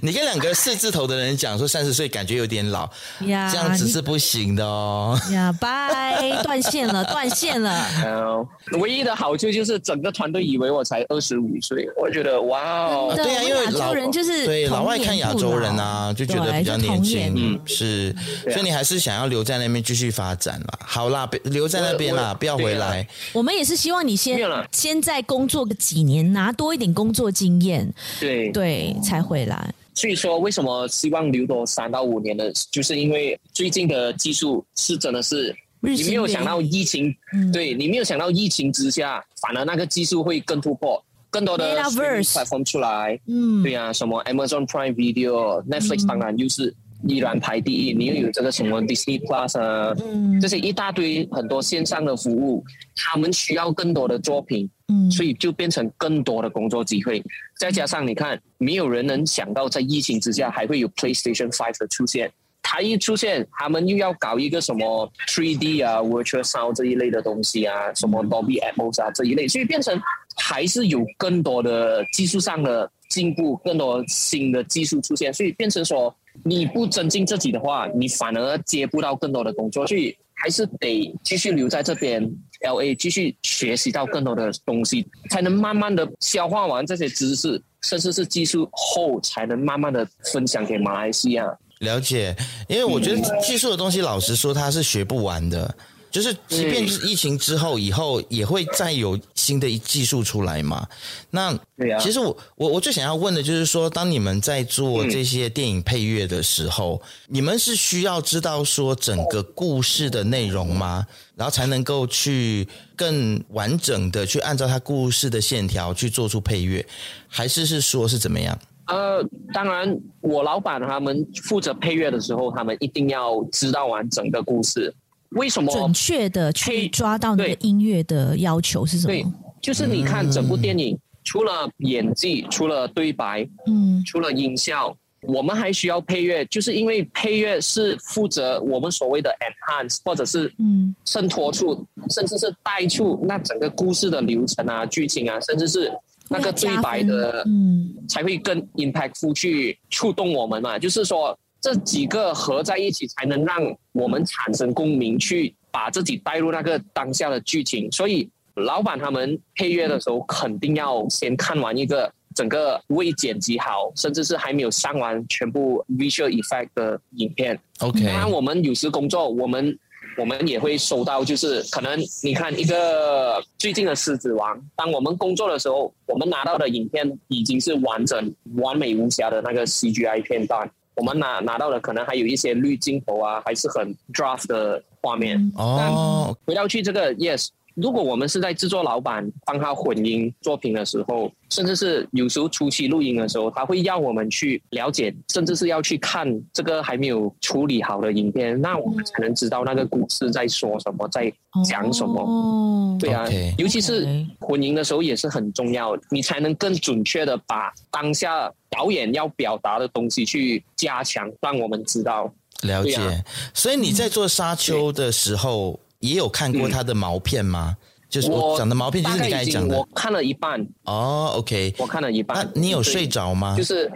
Speaker 3: 你跟两个四字头的人讲说三十岁感觉有点老，
Speaker 4: 呀，
Speaker 3: 这样子是不行的哦。
Speaker 4: 你呀，拜，断线 了，断线了。
Speaker 5: 呃， 唯一的好处就是整个团队以为我才二十五岁，我觉得哇哦
Speaker 4: 真，的
Speaker 3: 对啊，
Speaker 4: 我
Speaker 3: 因为
Speaker 4: 亚洲
Speaker 3: 老
Speaker 4: 人就是
Speaker 3: 对
Speaker 4: 童
Speaker 3: 老外
Speaker 4: 颜
Speaker 3: 看亚
Speaker 4: 不
Speaker 3: 洲人
Speaker 4: 老
Speaker 3: 啊，就觉得
Speaker 4: 对
Speaker 3: 比较
Speaker 4: 就
Speaker 3: 年
Speaker 4: 童
Speaker 3: 轻
Speaker 4: 颜，
Speaker 5: 嗯
Speaker 3: 是，
Speaker 5: 对啊
Speaker 3: 所以你还是想要留在那边继续发展啦。好啦，别留在那边
Speaker 5: 我啊
Speaker 3: 啦，
Speaker 5: 我
Speaker 3: 不要回来。
Speaker 4: 我们也是希望你先
Speaker 5: 没有啦
Speaker 4: 先在工作个几年，拿多一点工作经验，
Speaker 5: 对，
Speaker 4: 对，才回来。
Speaker 5: 所以说为什么希望留多三到五年呢？就是因为最近的技术是真的是。
Speaker 4: 日新月异嗯
Speaker 5: 你没有想到疫情，对你没有想到疫情之下，反而那个技术会更突破，更多的
Speaker 4: Metaverse
Speaker 5: streaming platform 出来，
Speaker 4: 嗯
Speaker 5: 对啊，什么 Amazon Prime Video、Netflix 当然又是依然排第一，你又有这个什么 Disney Plus 啊，
Speaker 4: 嗯
Speaker 5: 这些一大堆很多线上的服务，他们需要更多的作品，
Speaker 4: 嗯，
Speaker 5: 所以就变成更多的工作机会。再加上你看，没有人能想到在疫情之下还会有 PlayStation Five 的出现。它一出现，他们又要搞一个什么 3D 啊、Virtual Sound 这一类的东西啊，什么 Dolby Atmos 啊这一类，所以变成还是有更多的技术上的进步，更多新的技术出现，所以变成说你不增进自己的话，你反而接不到更多的工作，所以还是得继续留在这边 L A，继续学习到更多的东西，才能慢慢的消化完这些知识，甚至是技术后，才能慢慢的分享给马来西亚。
Speaker 3: 了解，因为我觉得技术的东西，老实说，它是学不完的。就是，即
Speaker 5: 嗯
Speaker 3: 便是疫情之后，以后也会再有新的技术出来嘛。那
Speaker 5: 对啊
Speaker 3: 其实我我我最想要问的就是说，当你们在
Speaker 5: 嗯
Speaker 3: 做这些电影配乐的时候，你们是需要知道说整个故事的内容吗？然后才能够去更完整的去按照它故事的线条去做出配乐，还是是说是怎么样？
Speaker 5: 呃，当然，我老板他们负责配乐的时候，他们一定要知道完整个故事。为什么
Speaker 4: 准确的去
Speaker 5: 嘿
Speaker 4: 抓到你的
Speaker 5: 对
Speaker 4: 音乐的要求是什
Speaker 5: 对
Speaker 4: 么？，
Speaker 5: 就是你看整部电影，除了演技，除了对白，
Speaker 4: 嗯
Speaker 5: 除了音效，我们还需要配乐，就是因为配乐是负责我们所谓的 enhance，或者是
Speaker 4: 嗯
Speaker 5: 衬托出，甚至是带出那整个故事的流程啊、剧情啊，甚至是那个对白的
Speaker 4: 嗯
Speaker 5: 才会更 impactful 去触动我们嘛。就是说，这几个合在一起，才能让我们产生共鸣，去把自己带入那个当下的剧情。所以，老板他们配乐的时候，肯定要先看完一个整个未剪辑好，甚至是还没有上完全部 visual effect 的影片。
Speaker 3: OK，
Speaker 5: 当然，我们有时工作，我们我们也会收到，就是可能你看一个最近的《狮子王》，当我们工作的时候，我们拿到的影片已经是完整、完美无瑕的那个 CGI 片段，我们拿拿到的可能还有一些滤镜头啊，还是很 draft 的画面。
Speaker 3: 哦，
Speaker 5: 回到去这个 yes，如果我们是在制作老板帮他混音作品的时候，甚至是有时候初期录音的时候，他会要我们去了解，甚至是要去看这个还没有处理好的影片，那我们才能知道那个故事在说什么，在讲什么。
Speaker 4: 哦
Speaker 5: 对啊
Speaker 3: OK
Speaker 5: 尤其是
Speaker 4: OK
Speaker 5: 混音的时候也是很重要，你才能更准确的把当下导演要表达的东西去加强，让我们知道。
Speaker 3: 了解。
Speaker 5: 对啊
Speaker 3: 所以你在做沙丘的时候，也有看过它的毛片吗？就是我
Speaker 5: 嗯我
Speaker 3: 讲的毛片，就
Speaker 5: 大
Speaker 3: 是你刚
Speaker 5: 概
Speaker 3: 才
Speaker 5: 已
Speaker 3: 讲
Speaker 5: 经
Speaker 3: 的
Speaker 5: 我。看了一半，
Speaker 3: 哦，OK。
Speaker 5: 我看了一
Speaker 3: 那
Speaker 5: 半。
Speaker 3: 啊你有
Speaker 5: 对
Speaker 3: 睡？着吗
Speaker 5: 就？是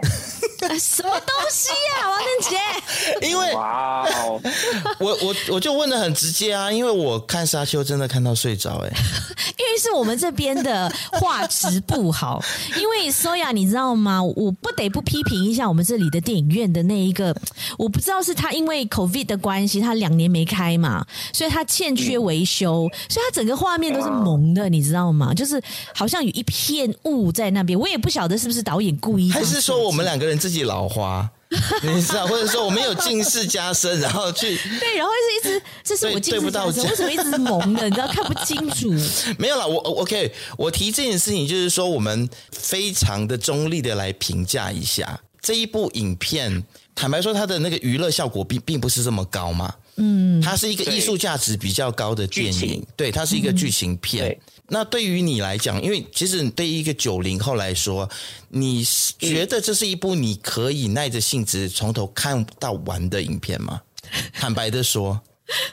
Speaker 4: 什么东西
Speaker 3: 啊
Speaker 4: 呀、王振杰？
Speaker 3: 因为
Speaker 5: 哇哦，
Speaker 3: 我我我就问的很直接啊，因为我看沙丘真的看到睡着哎、
Speaker 4: 因为是我们这边的画质不好，因为 Soya 你知道吗？我不得不批评一下我们这里的电影院的那一个，呃我不知道是他因为 COVID 的关系，他两年没开嘛，所以他欠缺维修，所以他整个画面都是蒙
Speaker 3: 啊
Speaker 4: 的，你知道吗？就是好像有一片雾在那边，我也不晓得是不是导演故意这
Speaker 3: 还
Speaker 4: 样设计，
Speaker 3: 是说我们两个人自己老花？你知道，或者说我们有近视加深，然后去
Speaker 4: 对，然后是一直这是我
Speaker 3: 对
Speaker 4: 近
Speaker 3: 对不
Speaker 4: 视
Speaker 3: 到
Speaker 4: 加深，
Speaker 3: 家
Speaker 4: 为什么一直蒙的？你知道看不清 楚，
Speaker 3: 没有啦，我我 OK，我提这件事情就是说，我们非常的中立的来评价一下这一部影片。坦白说，它的那个娱乐效果并并不是这么高嘛。嗯，它是一个
Speaker 5: 对
Speaker 3: 艺术价值比较高的电
Speaker 5: 剧
Speaker 3: 影
Speaker 5: 情，
Speaker 3: 对，它是一个剧情片。
Speaker 5: 嗯对
Speaker 3: 那对于你来讲，因为其实对于一个九零后来说，你是觉得这是一部你可以耐着性子从头看到完的影片吗？坦白的说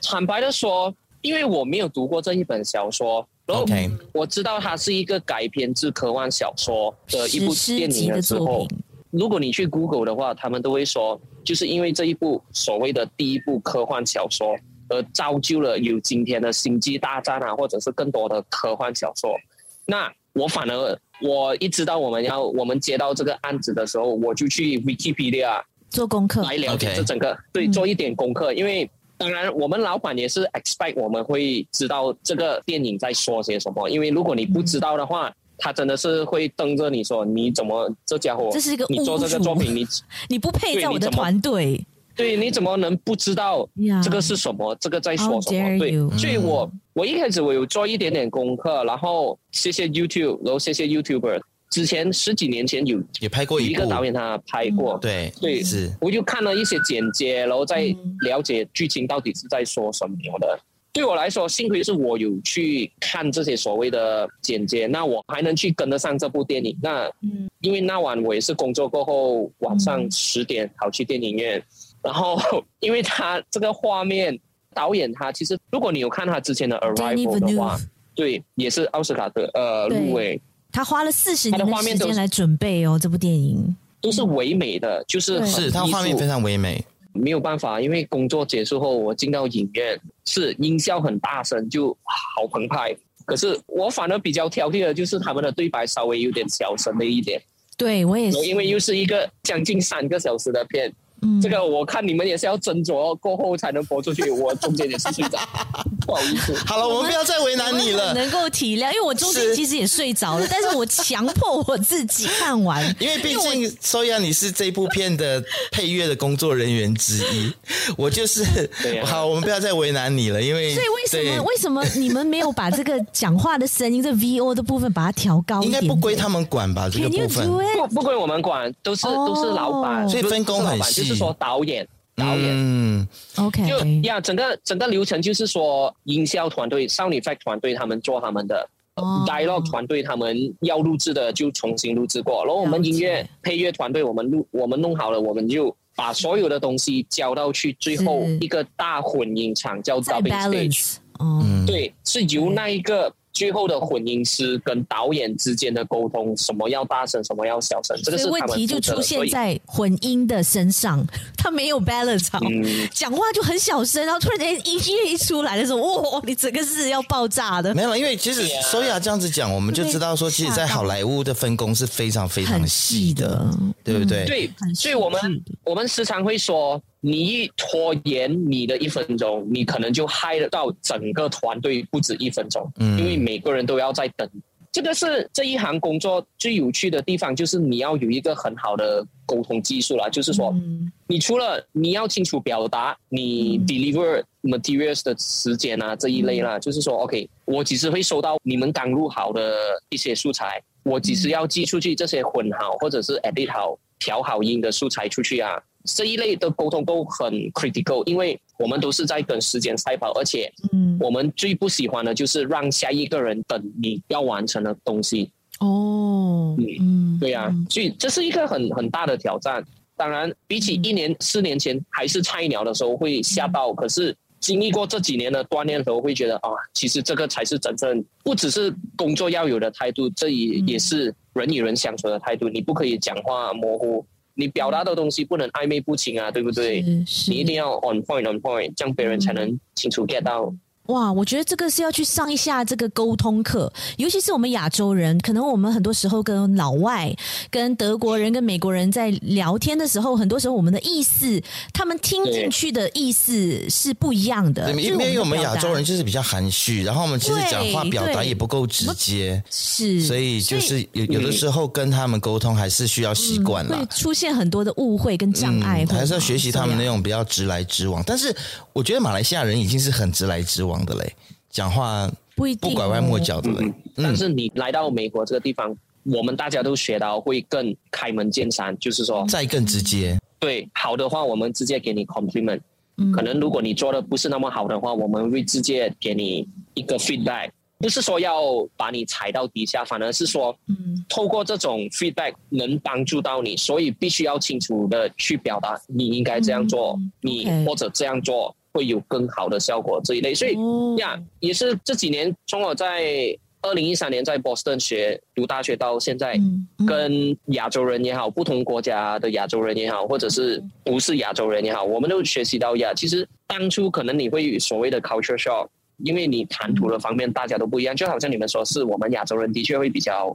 Speaker 5: 坦白的说，因为我没有读过这一本小说，然后
Speaker 3: ，OK，
Speaker 5: 我知道它是一个改编自科幻小说的呃一部
Speaker 4: 史诗
Speaker 5: 电
Speaker 4: 级
Speaker 5: 影
Speaker 4: 的
Speaker 5: 之
Speaker 4: 作
Speaker 5: 后
Speaker 4: 品，。
Speaker 5: 如果你去 Google 的话，他们都会说，就是因为这一部所谓的第一部科幻小说，而造就了有今天的《星际大战》啊，或者是更多的科幻小说。那我反而我一知道我们要我们接到这个案子的时候，我就去 Wikipedia
Speaker 4: 做功课，
Speaker 5: 来了解
Speaker 3: OK
Speaker 5: 这整个，对，
Speaker 4: 嗯
Speaker 5: 做一点功课，因为当然我们老板也是 expect 我们会知道这个电影在说些什么，因为如果你不知道的话，他真的是会瞪着你说你怎么这家伙
Speaker 4: 这，是一个
Speaker 5: 你做这个
Speaker 4: 侮辱
Speaker 5: 作品，你
Speaker 4: 你不配
Speaker 5: 对
Speaker 4: 在我
Speaker 5: 你
Speaker 4: 的
Speaker 5: 怎么
Speaker 4: 团队。
Speaker 5: 对你怎么能不知道
Speaker 4: 呀
Speaker 5: 这个是什么，这个在说
Speaker 4: How
Speaker 5: 什么？
Speaker 4: dare
Speaker 5: 对
Speaker 4: you，
Speaker 5: 所以我
Speaker 3: 嗯
Speaker 5: 我一开始我有做一点点功课，然后谢谢 YouTube，然后谢谢 YouTuber。之前十几年前有
Speaker 3: 也拍过
Speaker 5: 有一
Speaker 3: 一部，
Speaker 5: 个导演他拍过，
Speaker 3: 对
Speaker 5: 对
Speaker 3: 是
Speaker 5: 我就看了一些简介，然后再
Speaker 4: 嗯
Speaker 5: 了解剧情到底是在说什么的。对我来说，幸亏是我有去看这些所谓的简介，那我还能去跟得上这部电影。那
Speaker 4: 嗯
Speaker 5: 因为那晚我也是工作过后，晚上
Speaker 4: 嗯
Speaker 5: 十点跑去电影院，然后 因为他这个画面，导演他其实如果你有看他之前的
Speaker 4: Denis
Speaker 5: Arrival 的话
Speaker 4: Villeneuve，，
Speaker 5: 对，也是奥斯卡的呃
Speaker 4: 对
Speaker 5: 入围，
Speaker 4: 他花了四十
Speaker 5: 他的
Speaker 4: 年的
Speaker 5: 画面
Speaker 4: 时
Speaker 5: 都
Speaker 4: 间
Speaker 5: 是
Speaker 4: 来准备哦，这部电影。
Speaker 5: 都是唯美的，就
Speaker 4: 对
Speaker 5: 是很
Speaker 3: 是，它
Speaker 5: 艺
Speaker 3: 哦画面
Speaker 5: 术
Speaker 3: 非常唯美。
Speaker 5: 没有办法，因为工作结束后我进到影院，是音效很大声，就好澎湃。可是我反而比较挑剔的就是他们的对白稍微有点小声了一点，
Speaker 4: 对我也
Speaker 5: 然
Speaker 4: 是
Speaker 5: 后，因为又是一个将近三个小时的片，
Speaker 4: 嗯
Speaker 5: 这个我看你们也是要斟酌哦过后才能播出去，我中间也是睡着，不好意思。
Speaker 3: 好了，我们
Speaker 4: 我们
Speaker 3: 不要再为
Speaker 4: 我
Speaker 3: 难
Speaker 4: 很
Speaker 3: 你了，
Speaker 4: 能够体谅，因为我中间
Speaker 3: 是
Speaker 4: 其实也睡着了，但是我强迫我自己看完。
Speaker 3: 因为毕竟 Soya 你是这部片的配乐的工作人员之 一，我就是
Speaker 5: 对啊
Speaker 3: 好，我们不要再为难你了，因为
Speaker 4: 所以为什
Speaker 3: 对
Speaker 4: 么为什么你们没有把这个讲话的声音，这 V O 的部分把它调高一
Speaker 3: 应
Speaker 4: 点
Speaker 3: 该
Speaker 4: 点？
Speaker 3: 不归他们管吧这个
Speaker 4: Can you
Speaker 3: 部分
Speaker 4: do it？
Speaker 5: 不不归我们管，都是、
Speaker 4: 哦
Speaker 5: 都是老板，
Speaker 3: 所以分工
Speaker 5: 不是
Speaker 3: 很
Speaker 5: 老板
Speaker 3: 细
Speaker 5: 就是说导演导演。
Speaker 3: 嗯，
Speaker 5: 就
Speaker 4: OK，
Speaker 5: 呀，整个整个流程就是说，营销团队、少女 fact 团队他们做他们的、
Speaker 4: 哦
Speaker 5: dialog 团队，他们要录制的就重新录制过，然后我们
Speaker 4: 了解
Speaker 5: 音乐配乐团队，我们录我们弄好了，我们就把所有的东西交到去最后
Speaker 4: 是
Speaker 5: 一个大混音场叫
Speaker 4: 再
Speaker 5: dubbing stage，
Speaker 4: balance 嗯哦，
Speaker 3: 嗯
Speaker 5: 对，是由那一个。最后的混音师跟导演之间的沟通，什么要大声，什么要小声，
Speaker 4: 所
Speaker 5: 这个
Speaker 4: 以
Speaker 5: 是
Speaker 4: 问
Speaker 5: 他们
Speaker 4: 题就
Speaker 5: 负责
Speaker 4: 出
Speaker 5: 的所
Speaker 4: 现
Speaker 5: 以
Speaker 4: 在混音的身上， 他没有 balance 好。
Speaker 5: 嗯，
Speaker 4: 讲话就很小声，然后突然间音乐一出来的时候，哇，你整个是要爆炸的，
Speaker 3: 没有，因为其实
Speaker 5: 对啊
Speaker 3: Soya 这样子讲，我们就知道说，其实，
Speaker 4: 会被吓
Speaker 3: 在
Speaker 4: 到
Speaker 3: 好莱坞的分工是非常非常
Speaker 4: 很
Speaker 3: 细
Speaker 4: 细
Speaker 3: 的，
Speaker 4: 的，
Speaker 3: 对不对？
Speaker 5: 对
Speaker 4: 很，
Speaker 5: 所以我们我们时常会说，你一拖延你的一分钟，你可能就害得到整个团队不止一分钟，
Speaker 3: 嗯
Speaker 5: 因为每个人都要在等。这个是这一行工作最有趣的地方，就是你要有一个很好的沟通技术啦。就是说，
Speaker 4: 嗯
Speaker 5: 你除了你要清楚表达你
Speaker 4: 嗯
Speaker 5: deliver materials 的时间啊这一类啦，就是说，OK，我几时会收到你们刚录好的一些素材，我几
Speaker 4: 嗯
Speaker 5: 时要寄出去这些混好或者是 edit 好、调好音的素材出去啊，这一类的沟通都很 critical，因为我们都是在跟时间赛跑，而且
Speaker 4: 嗯
Speaker 5: 我们最不喜欢的就是让下一个人等你要完成的东西。
Speaker 4: 哦
Speaker 5: 嗯
Speaker 4: 嗯
Speaker 5: 对呀、
Speaker 4: 嗯
Speaker 5: 所以这是一个很很大的挑战。当然，比
Speaker 4: 嗯
Speaker 5: 起一年、四年前还是菜鸟的时候会吓到，可是经历过这几年的锻炼之后，会觉得啊，其实这个才是真正不只是工作要有的态度，这也
Speaker 4: 嗯
Speaker 5: 也是人与人相处的态度。你不可以讲话模糊，你表达的东西不能暧昧不清啊，对不对？
Speaker 4: 是是嗯
Speaker 5: 你一定要 on point on point，这样别人才能清楚 get 到。
Speaker 4: 哇，我觉得这个是要去上一下这个沟通课，尤其是我们亚洲人，可能我们很多时候跟老外、跟德国人、跟美国人在聊天的时候，很多时候我们的意思，他们听进去的意思是不一样的。
Speaker 3: 对
Speaker 4: 就是
Speaker 3: 因
Speaker 4: 的
Speaker 3: 为我们
Speaker 4: 表
Speaker 3: 亚
Speaker 4: 达
Speaker 3: 洲人就是比较含蓄，然后我们其实
Speaker 4: 对
Speaker 3: 讲话表达
Speaker 4: 对
Speaker 3: 也不够直接，
Speaker 4: 是，
Speaker 3: 所以就是有有的时候跟他们沟通还是需要习惯啦。
Speaker 4: 嗯会出现很多的误会跟障碍，
Speaker 3: 嗯，
Speaker 4: 会吗
Speaker 3: 还是要学习他们那种比较直来直往。但是我觉得马来西亚人已经是很直来直往的嘞，讲话
Speaker 4: 不一定哦
Speaker 3: 不拐弯抹角的嘞
Speaker 5: 嗯。但是你来到美国这个地方，我们大家都学到会更开门见山，就是说
Speaker 3: 再更直接，
Speaker 5: 对，好的话我们直接给你 compliment。
Speaker 4: 嗯
Speaker 5: 可能如果你做的不是那么好的话，我们会直接给你一个 feedback。不是说要把你踩到底下，反而是说
Speaker 4: 嗯
Speaker 5: 透过这种 feedback 能帮助到你，所以必须要清楚的去表达你应该这样做，
Speaker 4: 嗯
Speaker 5: 你
Speaker 4: OK
Speaker 5: 或者这样做会有更好的效果这一类。所以
Speaker 4: 哦
Speaker 5: 呀也是这几年从我在二零一三年在 Boston 学读大学到现在，
Speaker 4: 嗯嗯
Speaker 5: 跟亚洲人也好，不同国家的亚洲人也好，或者是不是亚洲人也好，我们都学习到呀。其实当初可能你会有所谓的 culture shock，因为你谈吐的方面大家都不一样，就好像你们说是我们亚洲人的确会比较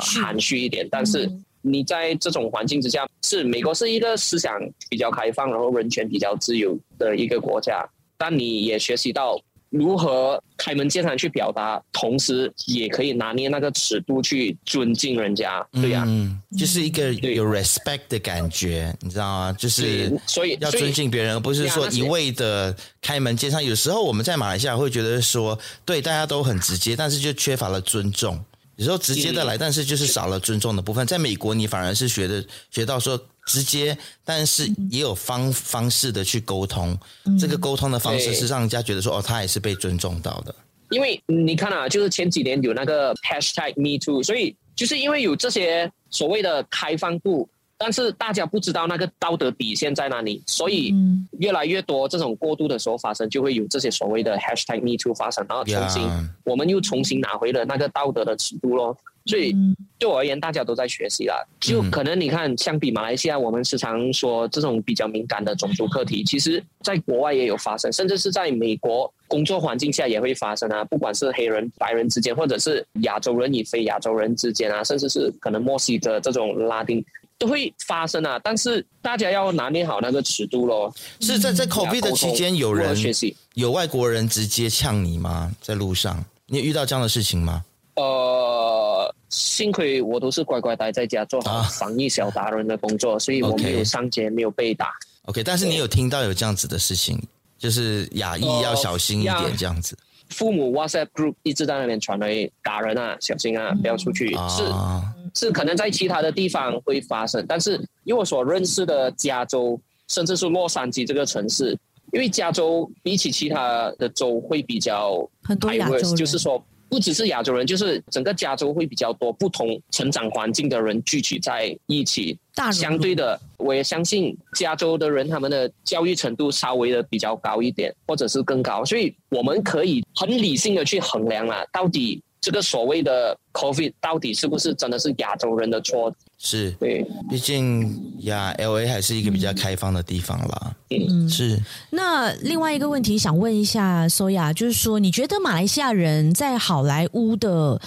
Speaker 4: 含蓄
Speaker 5: 含蓄一点，但是。你在这种环境之下，是美国是一个思想比较开放，然后人权比较自由的一个国家，但你也学习到如何开门见山去表达，同时也可以拿捏那个尺度去尊敬人家，对呀、
Speaker 3: 嗯，就是一个
Speaker 5: 对
Speaker 3: 有 respect 的感觉，你知道吗？就是
Speaker 5: 对所以
Speaker 3: 要尊敬别人，而不是
Speaker 5: 对
Speaker 3: 说
Speaker 5: 啊
Speaker 3: 一味的开门见山。有时候我们在马来西亚会觉得说，对大家都很直接，但是就缺乏了尊重。有时候直接的
Speaker 5: 嗯
Speaker 3: 来，但是就是少了尊重的部分。在美国，你反而是学的学到说直接，但是也有方方式的去沟通。
Speaker 5: 嗯
Speaker 3: 这个沟通的方式
Speaker 5: 对
Speaker 3: 是让人家觉得说，哦，他也是被尊重到的。
Speaker 5: 因为你看啊，就是前几年有那个 hashtag me too，所以就是因为有这些所谓的开放度，但是大家不知道那个道德底线在哪里，所以
Speaker 4: 嗯
Speaker 5: 越来越多这种过度的时候发生，就会有这些所谓的 hashtag me too 发生，然后重新
Speaker 3: Yeah
Speaker 5: 我们又重新拿回了那个道德的尺度咯。所以
Speaker 4: 嗯
Speaker 5: 对我而言，大家都在学习啦。就
Speaker 3: 嗯
Speaker 5: 可能你看，相比马来西亚，我们时常说这种比较敏感的种族课题，其实在国外也有发生，甚至是在美国工作环境下也会发生啊。不管是黑人、白人之间，或者是亚洲人与非亚洲人之间啊，甚至是可能墨西哥这种拉丁。都会发生啊，但是大家要拿捏好那个尺度咯。
Speaker 3: 是在
Speaker 5: 嗯
Speaker 3: 在 COVID 的期间，有
Speaker 5: 如
Speaker 3: 人
Speaker 5: 何学习，
Speaker 3: 有外国人直接呛你吗？在路上，你有遇到这样的事情吗？
Speaker 5: 呃，幸亏我都是乖乖待在家做好
Speaker 3: 啊
Speaker 5: 防疫小达人的工作，所以我
Speaker 3: OK
Speaker 5: 没有上街，没有被打。
Speaker 3: OK，但是你有听到有这样子的事情，就是亚裔
Speaker 5: 呃
Speaker 3: 要小心一
Speaker 5: 呀
Speaker 3: 点这样子
Speaker 5: 父母 WhatsApp group 一直在那边传来打人啊，小心
Speaker 4: 嗯
Speaker 5: 啊，不要出去。是
Speaker 3: 啊，
Speaker 5: 是，可能在其他的地方会发生，但是以我所认识的加州，甚至是洛杉矶这个城市，因为加州比起其他的州会比较
Speaker 4: 很多亚
Speaker 5: diverse，
Speaker 4: 洲人
Speaker 5: 就是说不只是亚洲人，就是整个加州会比较多不同成长环境的人聚集在一起。
Speaker 4: 大熔炉
Speaker 5: 相对的，我也相信加州的人他们的教育程度稍微的比较高一点，或者是更高，所以我们可以很理性的去衡量啦，到底。这个所谓的 COVID 到底是不是真的是亚洲人的错？
Speaker 3: 是，
Speaker 5: 对，
Speaker 3: 毕竟呀，L A 还是一个比较开放的地方啦。
Speaker 5: 嗯
Speaker 3: 是，
Speaker 4: 那另外一个问题想问一下索雅，就是说，你觉得马来西亚人在好莱坞的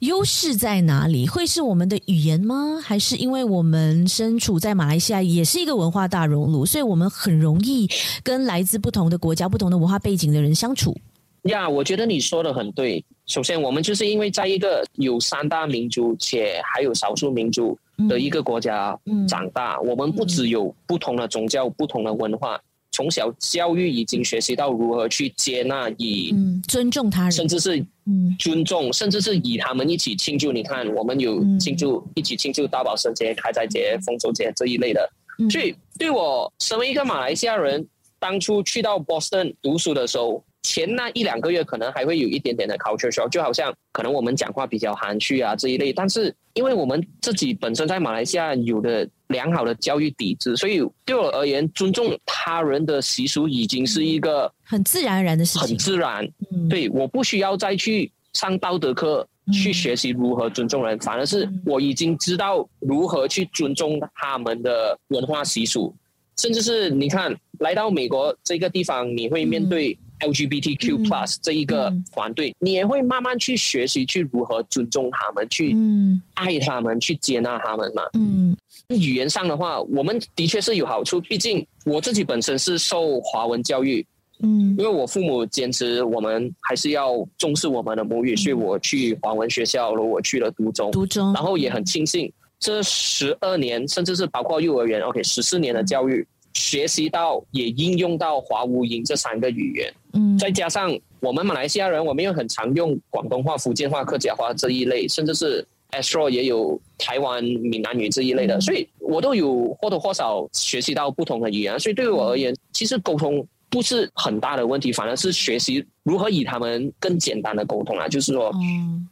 Speaker 4: 优势在哪里？会是我们的语言吗？还是因为我们身处在马来西亚也是一个文化大熔炉，所以我们很容易跟来自不同的国家、不同的文化背景的人相处？
Speaker 5: 呀我觉得你说的很对。首先，我们就是因为在一个有三大民族且还有少数民族的一个国家
Speaker 4: 嗯
Speaker 5: 长大，我们不只有不同的宗教、不同的文化，从小教育已经学习到如何去接纳以。
Speaker 4: 嗯，尊重他
Speaker 5: 甚
Speaker 4: 人，
Speaker 5: 至是
Speaker 4: 嗯
Speaker 5: 尊重，甚至是与他们一起庆祝。你看，我们有
Speaker 4: 嗯
Speaker 5: 庆祝，一起庆祝大宝生节、开斋节、丰收节这一类的。
Speaker 4: 嗯
Speaker 5: 所以，对我身为一个马来西亚人，当初去到 Boston 读书的时候，前那一两个月可能还会有一点点的 culture shock，就好像可能我们讲话比较含蓄啊这一类，但是因为我们自己本身在马来西亚有的良好的教育底子，所以对我而言，尊重他人的习俗已经是一个
Speaker 4: 很自然而然的事
Speaker 5: 很
Speaker 4: 情。
Speaker 5: 自然，
Speaker 4: 嗯，
Speaker 5: 对，我不需要再去上道德课
Speaker 4: 嗯
Speaker 5: 去学习如何尊重人，反而是
Speaker 4: 嗯
Speaker 5: 我已经知道如何去尊重他们的文化习俗，甚至是你看来到美国这个地方，你会面对 LGBTQ
Speaker 4: 嗯
Speaker 5: plus 这一个
Speaker 4: 嗯
Speaker 5: 团队，你也会慢慢去学习去如何尊重他们，去
Speaker 4: 嗯
Speaker 5: 爱他们，去接纳他们嘛。
Speaker 4: 嗯
Speaker 5: 语言上的话，我们的确是有好处，毕竟我自己本身是受华文教育，
Speaker 4: 嗯
Speaker 5: 因为我父母坚持我们还是要重视我们的母语，所以我去华文学校了，我去了读中，
Speaker 4: 读中
Speaker 5: 然，后也很庆幸这十二年，甚至是包括幼儿园，OK，十四年的教育，学习到也应用到华吴英这三个语言，
Speaker 4: 嗯
Speaker 5: 再加上我们马来西亚人，我们又很常用广东话、福建话、客家话这一类，甚至是 Astro 也有台湾闽南语这一
Speaker 4: 嗯
Speaker 5: 类的，所以我都有或多或少学习到不同的语言，啊所以对于我而
Speaker 4: 嗯
Speaker 5: 言，其实沟通。不是很大的问题，反而是学习如何与他们更简单的沟通啊。就是说
Speaker 4: 哦，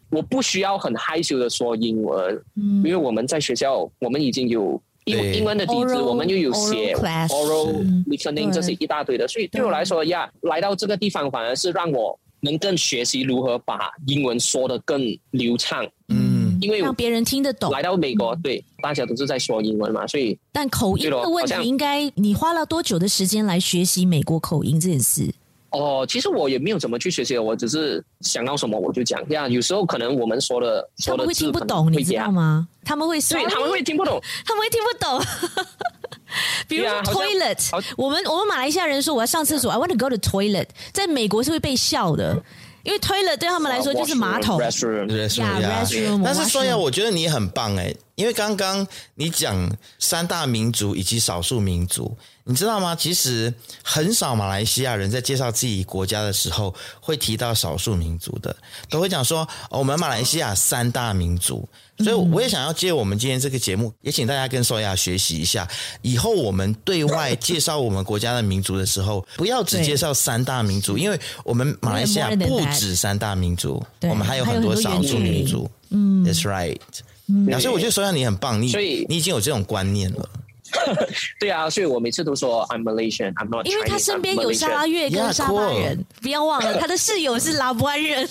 Speaker 5: 我不需要很害羞的说英文，
Speaker 4: 嗯
Speaker 5: 因为我们在学校，我们已经有英
Speaker 3: 对
Speaker 5: 英文的底子，
Speaker 4: Oral-
Speaker 5: 我们又有写
Speaker 4: oral class
Speaker 5: oral
Speaker 4: 嗯
Speaker 5: listening
Speaker 4: 对
Speaker 5: 这是一大堆的，所以对我来说呀，来到这个地方反而是让我能更学习如何把英文说得更流畅。
Speaker 3: 嗯，
Speaker 5: 因为
Speaker 4: 让别人听得懂。嗯
Speaker 5: 来到美国，对大家都是在说英文嘛，所以
Speaker 4: 但口音
Speaker 5: 对咯
Speaker 4: 的问
Speaker 5: 好
Speaker 4: 题，
Speaker 5: 像
Speaker 4: 应该你花了多久的时间来学习美国口音这件事？
Speaker 5: 哦，其实我也没有怎么去学习，我只是想到什么我就讲呀。有时候可能我们说的
Speaker 4: 他
Speaker 5: 说
Speaker 4: 们
Speaker 5: 的
Speaker 4: 会
Speaker 5: 字
Speaker 4: 听不
Speaker 5: 可能
Speaker 4: 懂，你
Speaker 5: 会
Speaker 4: 知道
Speaker 5: 呀
Speaker 4: 吗？他们会哎
Speaker 5: 对，
Speaker 4: sorry，
Speaker 5: 他们会听不懂。
Speaker 4: 他们会听不懂。 比如
Speaker 5: 对
Speaker 4: 说
Speaker 5: 啊好像
Speaker 4: toilet，、
Speaker 5: 好
Speaker 4: 我们我们马来西亚人说我要上厕所，I want to go to toilet，在美国是会被笑的，因为 toilet 对他们来说就是马桶。
Speaker 5: restroom，
Speaker 3: 对说呀
Speaker 4: restroom，
Speaker 3: 但是
Speaker 4: washroom
Speaker 3: 说呀，我觉得你很棒哎，因为刚刚你讲三大民族以及少数民族，你知道吗？其实很少马来西亚人在介绍自己国家的时候会提到少数民族的，都会讲说、哦我们马来西亚三大民族。所以我也想要借我们今天这个节目，也请大家跟索亚学习一下，以后我们对外介绍我们国家的民族的时候，不要只
Speaker 4: 对
Speaker 3: 介绍三大民族，因为我们马来西亚
Speaker 4: More than
Speaker 3: 不
Speaker 4: that
Speaker 3: 止三大民族，
Speaker 4: 对
Speaker 3: 我们还有很多少数民族。嗯，That's right。
Speaker 5: 对
Speaker 3: 啊所以我觉得说阳你很棒，你
Speaker 5: 所以
Speaker 3: 你已经有这种观念了。
Speaker 5: 对啊，所以我每次都说 I'm Malaysian，I'm not Chinese。
Speaker 4: 因为他身边有沙拉
Speaker 5: Malaysian
Speaker 4: 越跟
Speaker 3: Yeah，
Speaker 4: 沙巴
Speaker 3: cool
Speaker 4: 人不要忘了，他的室友是拉布安人。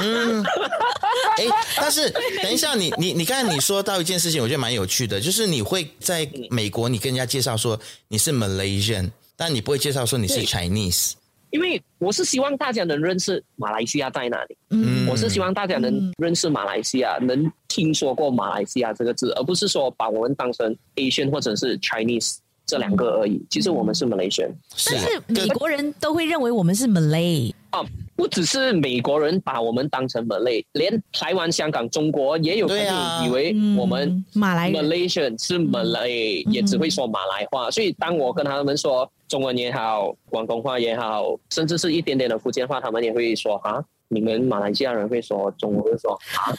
Speaker 3: 哎，但是等一下，你你你刚才你说到一件事情，我觉得蛮有趣的，就是你会在美国，你跟人家介绍说你是 Malaysian，但你不会介绍说你是
Speaker 5: 对
Speaker 3: Chinese。
Speaker 5: 因为我是希望大家能认识马来西亚在哪里，
Speaker 3: 嗯
Speaker 5: 我是希望大家能认识马来西亚，能听说过马来西亚这个字，而不是说把我们当成 Asian 或者是 Chinese 这两个而已。其实我们是 Malaysian
Speaker 3: 是
Speaker 4: 但是
Speaker 3: 跟
Speaker 4: 美国人都会认为我们是 Malay，
Speaker 5: 啊，不只是美国人把我们当成 Malay，连台湾、香港、中国也有朋
Speaker 3: 对啊
Speaker 5: 友以为我们、
Speaker 4: 嗯马来人
Speaker 5: Malaysian 是 Malay，、也只会说马来话，所以当我跟他们说中文也好，广东话也好，甚至是一点点的福建话，他们也会说啊，你们马来西亚人会说中文，会说啊，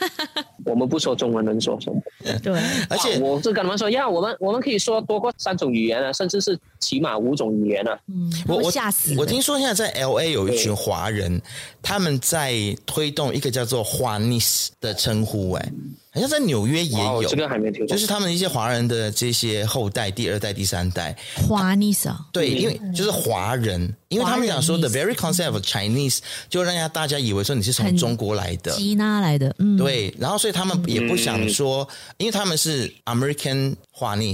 Speaker 5: 我们不说中文能说什么？
Speaker 4: 对。
Speaker 3: 而且
Speaker 5: 哇我是跟他们说呀，我们我们可以说多过三种语言啊，甚至是起码五种语言啊。
Speaker 4: 嗯，他
Speaker 3: 我
Speaker 4: 会
Speaker 3: 我
Speaker 4: 吓死
Speaker 3: 我
Speaker 4: 的
Speaker 3: 听说现在在 L A 有一群华人，他们在推动一个叫做 Juanis 的称呼、哎，好像在纽约也
Speaker 5: 哇哦
Speaker 3: 有，
Speaker 5: 这个还没听过，
Speaker 3: 就是他们一些华人的这些后代，第二代、第三代，
Speaker 4: 华丽莎，
Speaker 3: 对，因为就是华人，因为他们讲说
Speaker 4: 嗯华
Speaker 3: the
Speaker 4: 人
Speaker 3: very concept of Chinese，就让大家以为说你是从
Speaker 4: 很
Speaker 3: 中国来的，
Speaker 4: 吉娜来的，嗯，
Speaker 3: 呃对，然后所以他们也不想说，因为他们是 American 华 e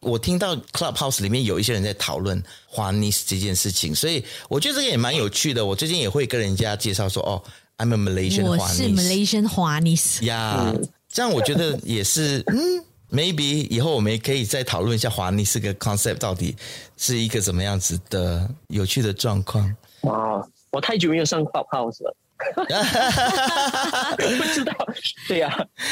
Speaker 3: 我听到 Clubhouse 里面有一些人在讨论华 e 这件事情，所以我觉得这个也蛮有趣的。我最近也会跟人家介绍说，哦，I'm a Malaysian
Speaker 4: 我
Speaker 3: 华
Speaker 4: 是
Speaker 3: e
Speaker 4: Malaysian 华丽莎，
Speaker 3: 呀，这样我觉得也是，嗯，maybe 以后我们也可以再讨论一下华 e 这个 concept 到底是一个怎么样子的有趣的状况。
Speaker 5: 哇，我太久没有上 Clubhouse 了，不知道，对呀、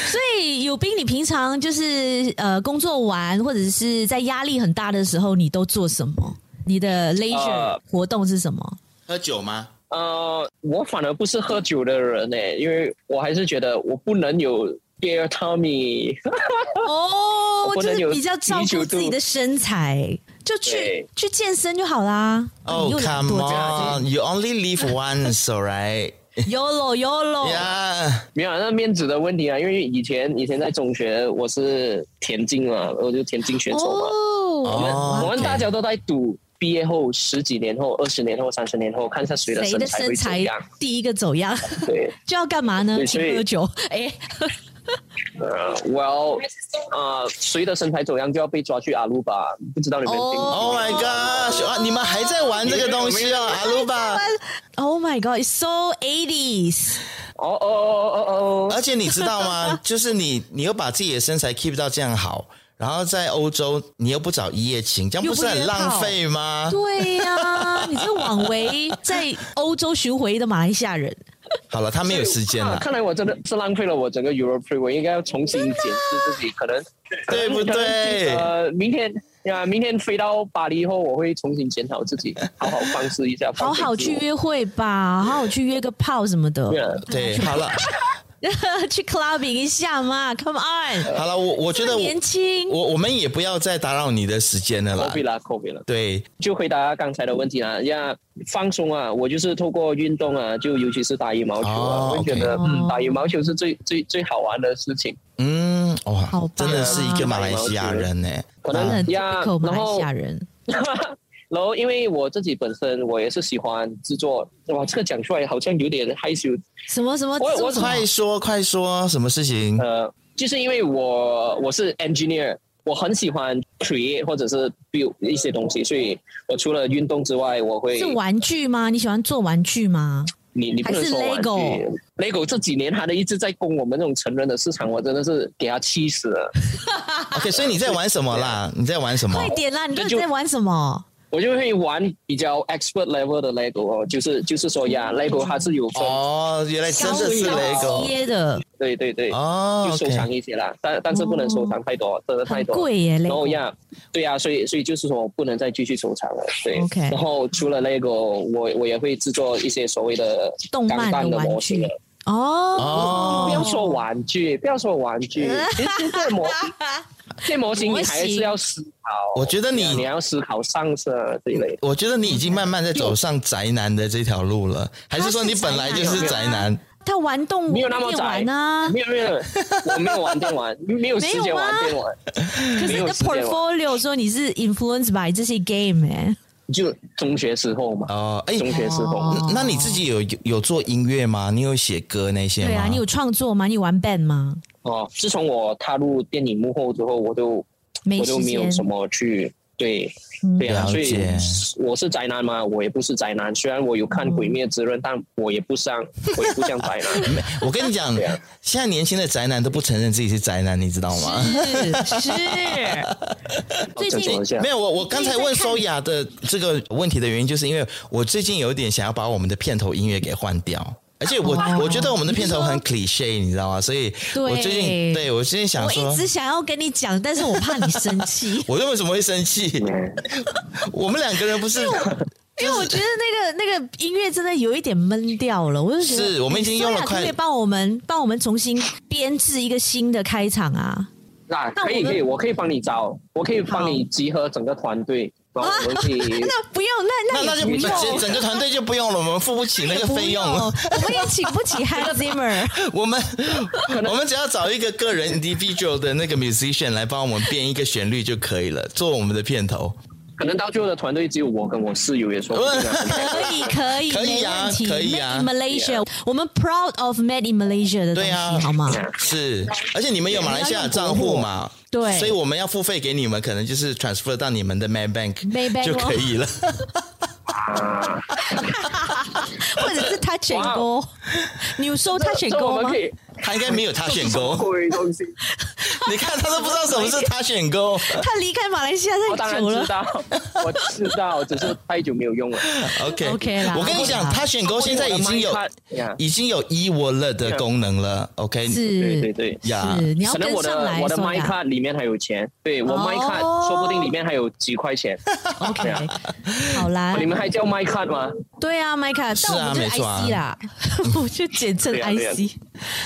Speaker 4: 所以有斌，你平常就是呃工作完或者是在压力很大的时候，你都做什么？你的 leisure
Speaker 5: 呃
Speaker 4: 活动是什 么？
Speaker 5: 啊
Speaker 3: 喝酒吗？
Speaker 5: 呃，我反而不是喝酒的人呢、因为我还是觉得我不能有 Dear Tommy，
Speaker 4: 哦，
Speaker 5: 我不
Speaker 4: 就
Speaker 5: 能
Speaker 4: 是
Speaker 5: 有
Speaker 4: 比较照
Speaker 5: 啤
Speaker 4: 顾
Speaker 5: 酒
Speaker 4: 自己
Speaker 5: 肚
Speaker 4: 的身材，就去
Speaker 5: 对
Speaker 4: 去健身就好啦。哎
Speaker 3: 哦、
Speaker 4: 又
Speaker 3: c o
Speaker 4: 懒
Speaker 3: m
Speaker 4: 惰
Speaker 3: e
Speaker 4: 这
Speaker 5: 啊
Speaker 4: 样
Speaker 3: on，you only live once，all right？
Speaker 4: ，yolo
Speaker 5: 哦
Speaker 4: yolo，
Speaker 3: 呀，
Speaker 5: 没有啊那面子的问题啊，因为以前以前在中学我是田径嘛，我就田径选手嘛，我们、
Speaker 3: 哦
Speaker 5: 我们
Speaker 3: OK
Speaker 5: 大家都在赌。毕业后十几年后、二十年后、三十年后，看一下谁的
Speaker 4: 谁
Speaker 5: 啊身
Speaker 4: 的
Speaker 5: 材
Speaker 4: 身
Speaker 5: 会怎
Speaker 4: 材
Speaker 5: 样。
Speaker 4: 第一个走样
Speaker 5: 对，
Speaker 4: 就要干嘛呢？
Speaker 5: 对所以
Speaker 4: 请喝酒，哎，
Speaker 5: 呃，Well，呃，谁的身材走样就要被抓去阿鲁吧？不知道你们有没有听过？
Speaker 4: 哦
Speaker 3: Oh my gosh！啊，你们还在玩这个东西 啊，阿鲁巴！
Speaker 4: Oh my god, it's so 80s！
Speaker 5: 哦哦哦哦哦
Speaker 3: 而且你知道吗？就是你，你又把自己的身材 keep 到这样好，然后在欧洲你又不找一夜情，这样不是很浪费 吗？
Speaker 4: 对呀、你这枉为在欧洲巡回的马来西亚人，
Speaker 3: 好了，他没有时间
Speaker 5: 哦！啊
Speaker 3: 了，
Speaker 5: 看来我真的是浪费了我整个 Europe Free，我应该要重新检视自己，可能
Speaker 3: 对不
Speaker 5: 可能
Speaker 3: 对
Speaker 5: 呃，明天呀，明天飞到巴黎后，我会重新检讨自己，好好放肆一下，
Speaker 4: 好
Speaker 5: 放飞
Speaker 4: 好
Speaker 5: 自
Speaker 4: 去
Speaker 5: 我。
Speaker 4: 约会吧，好好去约个炮什么的，
Speaker 5: Yeah，
Speaker 3: 对，好了，
Speaker 4: 去 clubbing 一下嘛，Come
Speaker 5: 呃
Speaker 4: on，
Speaker 3: 好了，我我觉得我
Speaker 4: 年轻，
Speaker 3: 我我们也不要再打扰你的时间了啦
Speaker 5: COVID。啦，COVID 啦，
Speaker 3: 对，
Speaker 5: 就回答刚才的问题啦。呀，放松啊，我就是透过运动啊，就尤其是打羽毛球啊，
Speaker 3: 哦
Speaker 5: 我觉得
Speaker 4: OK
Speaker 5: 嗯，打羽毛球是最最最好玩的事情。
Speaker 3: 嗯，
Speaker 4: 好
Speaker 3: 哇
Speaker 4: 吧，
Speaker 3: 真的是一个马来西亚人呢。
Speaker 5: 可
Speaker 4: 真的
Speaker 5: 能
Speaker 4: 很
Speaker 5: 呀
Speaker 4: typical 马
Speaker 5: 然
Speaker 4: 来
Speaker 5: 后
Speaker 4: 西亚人，
Speaker 5: 然后，因为我自己本身我也是喜欢制作，哇，这个讲出来好像有点害羞。
Speaker 4: 什么什么，
Speaker 5: 我我
Speaker 4: 什么
Speaker 3: 快说快说，什么事 情？
Speaker 5: 呃，就是因为我我是 engineer，我很喜欢 create 或者是 build 一些东西，所以我除了运动之外，我会
Speaker 4: 是玩具吗？你喜欢做玩具吗？
Speaker 5: 你你不能说
Speaker 4: 还是
Speaker 5: 玩具
Speaker 4: Lego
Speaker 5: Lego 这几年他的一直在攻我们这种成人的市场，我真的是给他气死了。
Speaker 3: OK，所以你在玩什么啦？你在玩什么
Speaker 5: 哦
Speaker 4: 快？点啦，你到底
Speaker 5: 就
Speaker 4: 在玩什么？
Speaker 5: 我就会玩比较 expert level 的 Lego 哦，就是就是说
Speaker 4: 嗯
Speaker 5: 呀，Lego 它是有分，
Speaker 3: 哦，原来真的是
Speaker 5: 高
Speaker 3: 雷
Speaker 4: 高
Speaker 3: 狗
Speaker 4: 阶的，
Speaker 5: 对对对。
Speaker 4: 啊
Speaker 3: 哦
Speaker 5: 就收
Speaker 3: OK
Speaker 5: 藏一些啦，但但是不能收藏太多，真的太
Speaker 4: 很
Speaker 5: 多。
Speaker 4: 贵耶
Speaker 5: 然后
Speaker 4: ，Lego，
Speaker 5: 呀，对呀、所以所以就是说不能再继续收藏了，对。
Speaker 4: OK
Speaker 5: 然后除了那个，我我也会制作一些所谓的
Speaker 4: 动漫的
Speaker 5: 钢弹的
Speaker 4: 玩
Speaker 5: 模型
Speaker 4: 具
Speaker 5: 了。
Speaker 4: 哦，
Speaker 5: 不要说玩具，不要说玩 具，其实现在模型，这模型
Speaker 4: 模
Speaker 5: 你
Speaker 4: 型
Speaker 5: 还是要思考。
Speaker 3: 我觉得你
Speaker 5: 对啊你要思考上色这一类。
Speaker 3: 我觉得你已经慢慢在走上宅男的这条路了，还是说你本来就是宅男？
Speaker 4: 他玩动物
Speaker 5: 没有那么
Speaker 4: 电
Speaker 5: 窄
Speaker 4: 玩啊，
Speaker 5: 没有没有，我没有玩 电玩，没有时间玩电玩。
Speaker 4: 啊可是你
Speaker 5: 没
Speaker 4: 的
Speaker 5: 有时间玩
Speaker 4: portfolio 说你是 influenced by 这些 game 哎、
Speaker 5: 就中学时候嘛，
Speaker 3: 哦，哎、
Speaker 5: 中学时候
Speaker 4: 哦
Speaker 3: 那你自己有有有做音乐吗？你有写歌那些吗？
Speaker 4: 对啊，你有创作吗？你有玩 band 吗？
Speaker 5: 哦，自从我踏入电影幕后之后，我就
Speaker 4: 没
Speaker 5: 我
Speaker 4: 时
Speaker 5: 就没有
Speaker 4: 间
Speaker 5: 什么去对
Speaker 4: 嗯
Speaker 5: 对啊，
Speaker 3: 了
Speaker 5: 所以
Speaker 3: 解
Speaker 5: 我是宅男嘛，我也不是宅男。虽然我有看《鬼灭之刃》，但我也 不像我也不像宅男。
Speaker 3: 我跟你讲，现在年轻的宅男都不承认自己是宅男，你知道吗？
Speaker 4: 是 是，最
Speaker 5: 正
Speaker 4: 近
Speaker 5: 常一下
Speaker 3: 没，有，我我刚才问收雅的这个问题的原因，就是因为我最近有点想要把我们的片头音乐给换掉。而且我、
Speaker 4: 哦
Speaker 3: 我觉得我们的片头很 cliche，你知道吗？所以我最近
Speaker 4: 对
Speaker 3: 对我最近想
Speaker 4: 我
Speaker 3: 说，，
Speaker 4: 一直想要跟你讲，但是我怕你生气
Speaker 3: 我为什么会生气？我们两个人不是
Speaker 4: 因为我觉得那个那个音乐真的有一点闷掉了，我就觉得
Speaker 3: 是我们已经用了
Speaker 4: 哎
Speaker 3: 快
Speaker 4: 苏雅可不可以帮我们帮我们重新编制一个新的开场啊？
Speaker 5: 那
Speaker 4: 那
Speaker 5: 可以
Speaker 4: 我们
Speaker 5: 可以，我可以帮你找，我可以帮
Speaker 4: 好
Speaker 5: 你集合整个团队。然后我们可以
Speaker 4: 那不用，
Speaker 3: 那
Speaker 4: 那那
Speaker 3: 那
Speaker 4: 也
Speaker 3: 就
Speaker 4: 不
Speaker 3: 那整
Speaker 4: 用。
Speaker 3: 整个团队就不用了，我们付不起那个费用
Speaker 4: 不
Speaker 3: 了
Speaker 4: 用。我们也请不起 Hans Zimmer，
Speaker 3: 我们我们只要找一个个人 individual 的那个 musician 来帮我们编一个旋律就可以了，做我们的片头。
Speaker 5: 可能到最后的团队只有我跟我室友也说，
Speaker 4: 可以可以，
Speaker 3: 可以啊
Speaker 4: 没问题
Speaker 3: 可以啊
Speaker 4: Made in Malaysia，我们 proud of Made in Malaysia 的东
Speaker 3: 对啊
Speaker 4: 西，好吗？
Speaker 3: 是，而且你们有马来西亚的账户嘛？
Speaker 4: 对
Speaker 3: 所以我们要付费给你们，可能就是 transfer 到你们的 Main
Speaker 4: Maybank
Speaker 3: Bank 就可以了。
Speaker 4: 或者是他选
Speaker 5: 哇哦
Speaker 4: 勾， 你有收他选
Speaker 5: 这我
Speaker 4: 勾
Speaker 5: 们
Speaker 4: 吗
Speaker 5: 可？以
Speaker 3: 他应该没有他选 勾，
Speaker 5: 鬼东西，
Speaker 3: 你看他都不知道什么是他选勾。
Speaker 4: 他离开马来西亚
Speaker 5: 我哦当
Speaker 4: 太
Speaker 5: 然
Speaker 4: 久了
Speaker 5: 知，道，我知道，只是太久没有用了。
Speaker 3: OK
Speaker 4: OK 啦
Speaker 3: 我跟你讲，他选勾现在已经有
Speaker 5: 我的 MindCard，yeah
Speaker 3: 已经有 e wallet 的功能了。OK，
Speaker 5: 对对
Speaker 4: 是
Speaker 5: 对。
Speaker 3: 呀
Speaker 4: 是，你要
Speaker 5: 可能
Speaker 4: 跟
Speaker 5: 我
Speaker 4: 上
Speaker 5: 的
Speaker 4: 来
Speaker 5: 我的
Speaker 4: 说
Speaker 5: My
Speaker 4: 呀
Speaker 5: Card 里面还有钱，对我
Speaker 4: 哦
Speaker 5: My Card 说不定里面还有几块钱。 啊
Speaker 4: ，OK，好啦，
Speaker 5: 你们还叫 My Card 吗？
Speaker 4: 对啊麦卡，
Speaker 3: 是
Speaker 4: 但我
Speaker 3: 啊
Speaker 4: 们就是
Speaker 3: 没错啊
Speaker 4: IC 啦，我就简称
Speaker 5: 对啊对啊
Speaker 4: IC。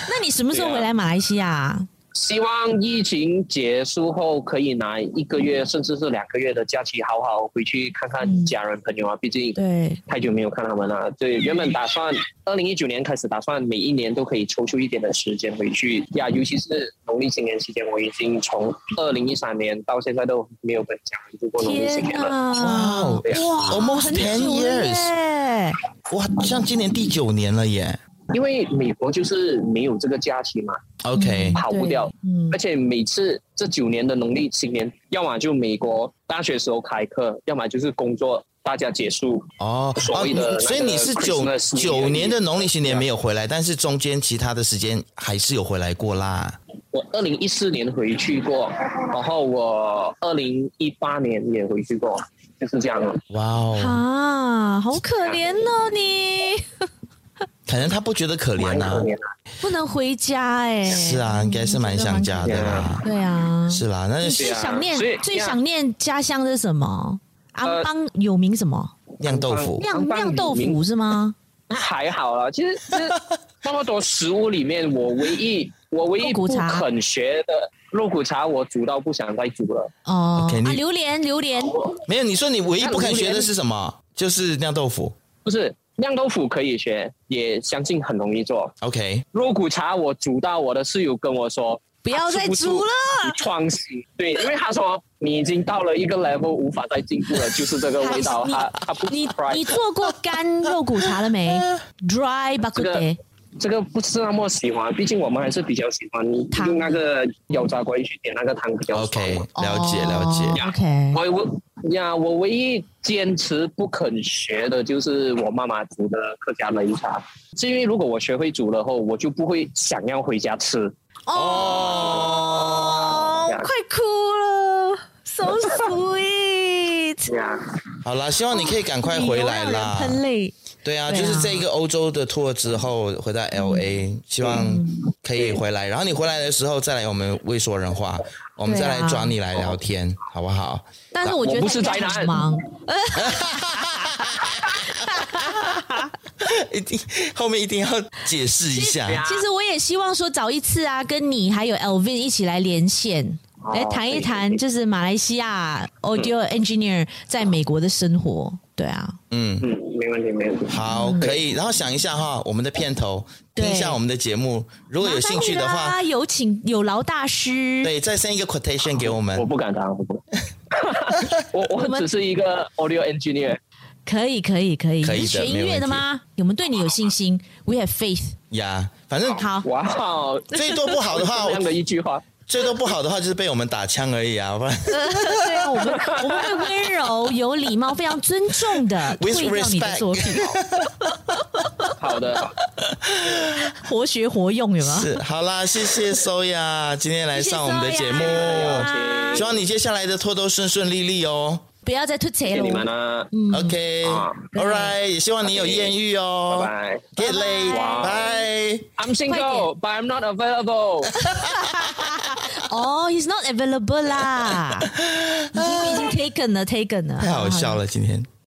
Speaker 4: 那你什么时候
Speaker 5: 对啊
Speaker 4: 回来马来西亚啊？
Speaker 5: 希望疫情结束后可以拿一个月甚至是两个月的假期，好好回去看看家人朋友啊。毕竟
Speaker 4: 嗯对，嗯
Speaker 5: 太久没有看他们了。对，原本打算二零一九年开始打算每一年都可以抽出一点的时间回去呀，尤其是农历新年期间，我已经从二零一三年到现在都没有跟家人度过农历新
Speaker 4: 天
Speaker 5: 年了。
Speaker 4: 哪，
Speaker 3: 哦
Speaker 5: 对啊
Speaker 4: 哇
Speaker 3: Almost
Speaker 4: 很久
Speaker 3: 10 years
Speaker 4: 耶
Speaker 3: 哇，像今年第九年了耶。
Speaker 5: 因为美国就是没有这个假期嘛，
Speaker 3: OK，
Speaker 5: 跑不掉。
Speaker 4: 对嗯
Speaker 5: 而且每次这九年的农历新年，要么就美国大学时候开课，要么就是工作大家结束。
Speaker 3: 哦
Speaker 5: 所
Speaker 3: 哦
Speaker 5: 谓的那，个
Speaker 3: 所以你是九
Speaker 5: Christmas
Speaker 3: 九年的农历新年没有回来，但是中间其他的时间还是有回来过啦。
Speaker 5: 我二零一四年回去过，然后我二零一八年也回去过，就是这样了。
Speaker 3: 哇哦，
Speaker 4: 啊，好可怜哦你，
Speaker 5: 啊
Speaker 3: 可能他不觉得可
Speaker 5: 蛮
Speaker 3: 怜呐、
Speaker 5: 可怜的。
Speaker 4: 不能回家哎。
Speaker 3: 是啊，应该是蛮想家的
Speaker 5: 嗯
Speaker 3: 啦。
Speaker 4: 对啊，
Speaker 3: 是啦，那
Speaker 4: 你
Speaker 3: 是
Speaker 4: 最
Speaker 5: 对啊
Speaker 4: 想念
Speaker 5: 所以
Speaker 4: 最
Speaker 5: 呀
Speaker 4: 想念家乡的什么？
Speaker 5: 呃
Speaker 4: 安邦有名什么？
Speaker 3: 酿豆腐
Speaker 4: 酿
Speaker 5: 安邦
Speaker 4: 酿豆
Speaker 5: 有名
Speaker 4: 腐是吗？
Speaker 5: 还好啦，其实这那么多食物里面，我唯一我唯一
Speaker 4: 肉骨
Speaker 5: 不
Speaker 4: 茶
Speaker 5: 肯学的肉骨茶，我煮到不想再煮了。
Speaker 4: 哦，
Speaker 3: OK，你
Speaker 4: 啊，榴莲榴莲，
Speaker 5: 哦
Speaker 3: 没有？你说你唯一不肯学的是什么？就是酿豆腐。
Speaker 5: 不是酿豆腐可以学，也相信很容易做。
Speaker 3: OK，
Speaker 5: 肉骨茶我煮到我的室友跟我说，
Speaker 4: 不要再煮了。
Speaker 5: 你创新。对，因为他说你已经到了一个 level 无法再进步了，就是这个味道。
Speaker 4: 你
Speaker 5: 他他不
Speaker 4: 你
Speaker 5: surprise
Speaker 4: 你做过干肉骨茶了没 ？Dry b a k u t
Speaker 5: 这
Speaker 4: e
Speaker 5: 个这个不是那么喜欢，毕竟我们还是比较喜欢
Speaker 4: 汤
Speaker 5: 用那个油炸龟去点那个汤比较爽嘛。
Speaker 3: OK，了解了
Speaker 5: 哦
Speaker 3: 解。
Speaker 4: 哦 OK，
Speaker 5: 我我呀，我唯一坚持不肯学的就是我妈妈煮的客家擂茶，是因为如果我学会煮了后，我就不会想要回家吃。
Speaker 4: 哦，
Speaker 5: 呀
Speaker 4: 快哭了，so sweet。
Speaker 5: 呀，
Speaker 3: 好啦，希望你可以赶快回来
Speaker 4: 你又让人
Speaker 3: 啦。
Speaker 4: 喷泪，
Speaker 3: 对啊，
Speaker 4: 对啊嗯
Speaker 3: 就是这一个欧洲的 tour 之后回到 LA，希望可以回来。然后你回来的时候再来我们未说人话，我们
Speaker 4: 对
Speaker 3: 再
Speaker 4: 啊
Speaker 3: 来抓你来聊天，好不好？
Speaker 4: 但是我觉得
Speaker 5: 我不是
Speaker 4: 大家
Speaker 5: 宅男
Speaker 4: 很忙，
Speaker 3: 一定后面一定要解释一
Speaker 5: 啊
Speaker 3: 下。
Speaker 4: 其实我也希望说找一次啊，跟你还有 Elvin 一起来连线，
Speaker 5: 哦
Speaker 4: 来谈一
Speaker 5: 可
Speaker 4: 谈，
Speaker 5: 以可
Speaker 4: 就是马来西亚 audio
Speaker 5: 嗯
Speaker 4: engineer 在美国的生活。对啊，
Speaker 3: 嗯，
Speaker 5: 嗯，没问题，没问题。
Speaker 3: 好，可
Speaker 4: 嗯
Speaker 3: 以。然后想一下哈，我们的片头，
Speaker 4: 对
Speaker 3: 听一下我们的节目，如果有兴趣的
Speaker 4: 麻
Speaker 3: 话，
Speaker 4: 烦你啦有请有劳大师。
Speaker 3: 对，再 send 一个 quotation 给我
Speaker 5: 我
Speaker 3: 们。
Speaker 5: 不敢当，我不敢。我我
Speaker 4: 们
Speaker 5: 只是一个 audio engineer。
Speaker 4: 可以，可以，可以。
Speaker 3: 可以的
Speaker 4: 你是学音乐的
Speaker 3: 没
Speaker 4: 吗？我们对你有信心，We have faith。
Speaker 3: 呀，反正
Speaker 4: 好，
Speaker 5: 哇哦，
Speaker 3: 最多不好 的话
Speaker 5: 这，样的一句话，
Speaker 3: 最多不好的话就是被我们打枪而已啊，不然
Speaker 4: 对啊，我们我们会温柔、有礼貌、非常尊重的
Speaker 3: With
Speaker 4: 退掉你的
Speaker 3: respect
Speaker 4: 作品，
Speaker 5: 好的，好的
Speaker 4: 活学活用，有没有？
Speaker 3: 是好啦，谢谢 Soya 今天来上我们的节目
Speaker 4: 谢，
Speaker 5: 谢
Speaker 3: 希望你接下来的拖都顺顺利利哦。
Speaker 4: 不要再吐槽
Speaker 5: 谢谢你们
Speaker 4: 了。
Speaker 5: 啊，
Speaker 3: 嗯
Speaker 5: 好
Speaker 3: OK，All right，也希望你有艳遇
Speaker 5: 拜
Speaker 3: 哦。
Speaker 5: 拜。
Speaker 3: Get late，拜。
Speaker 5: I'm single, but I'm not available。
Speaker 4: 哦、h e s not available 啦，已经已经 taken 了，taken 了。
Speaker 3: 太好笑了，今天。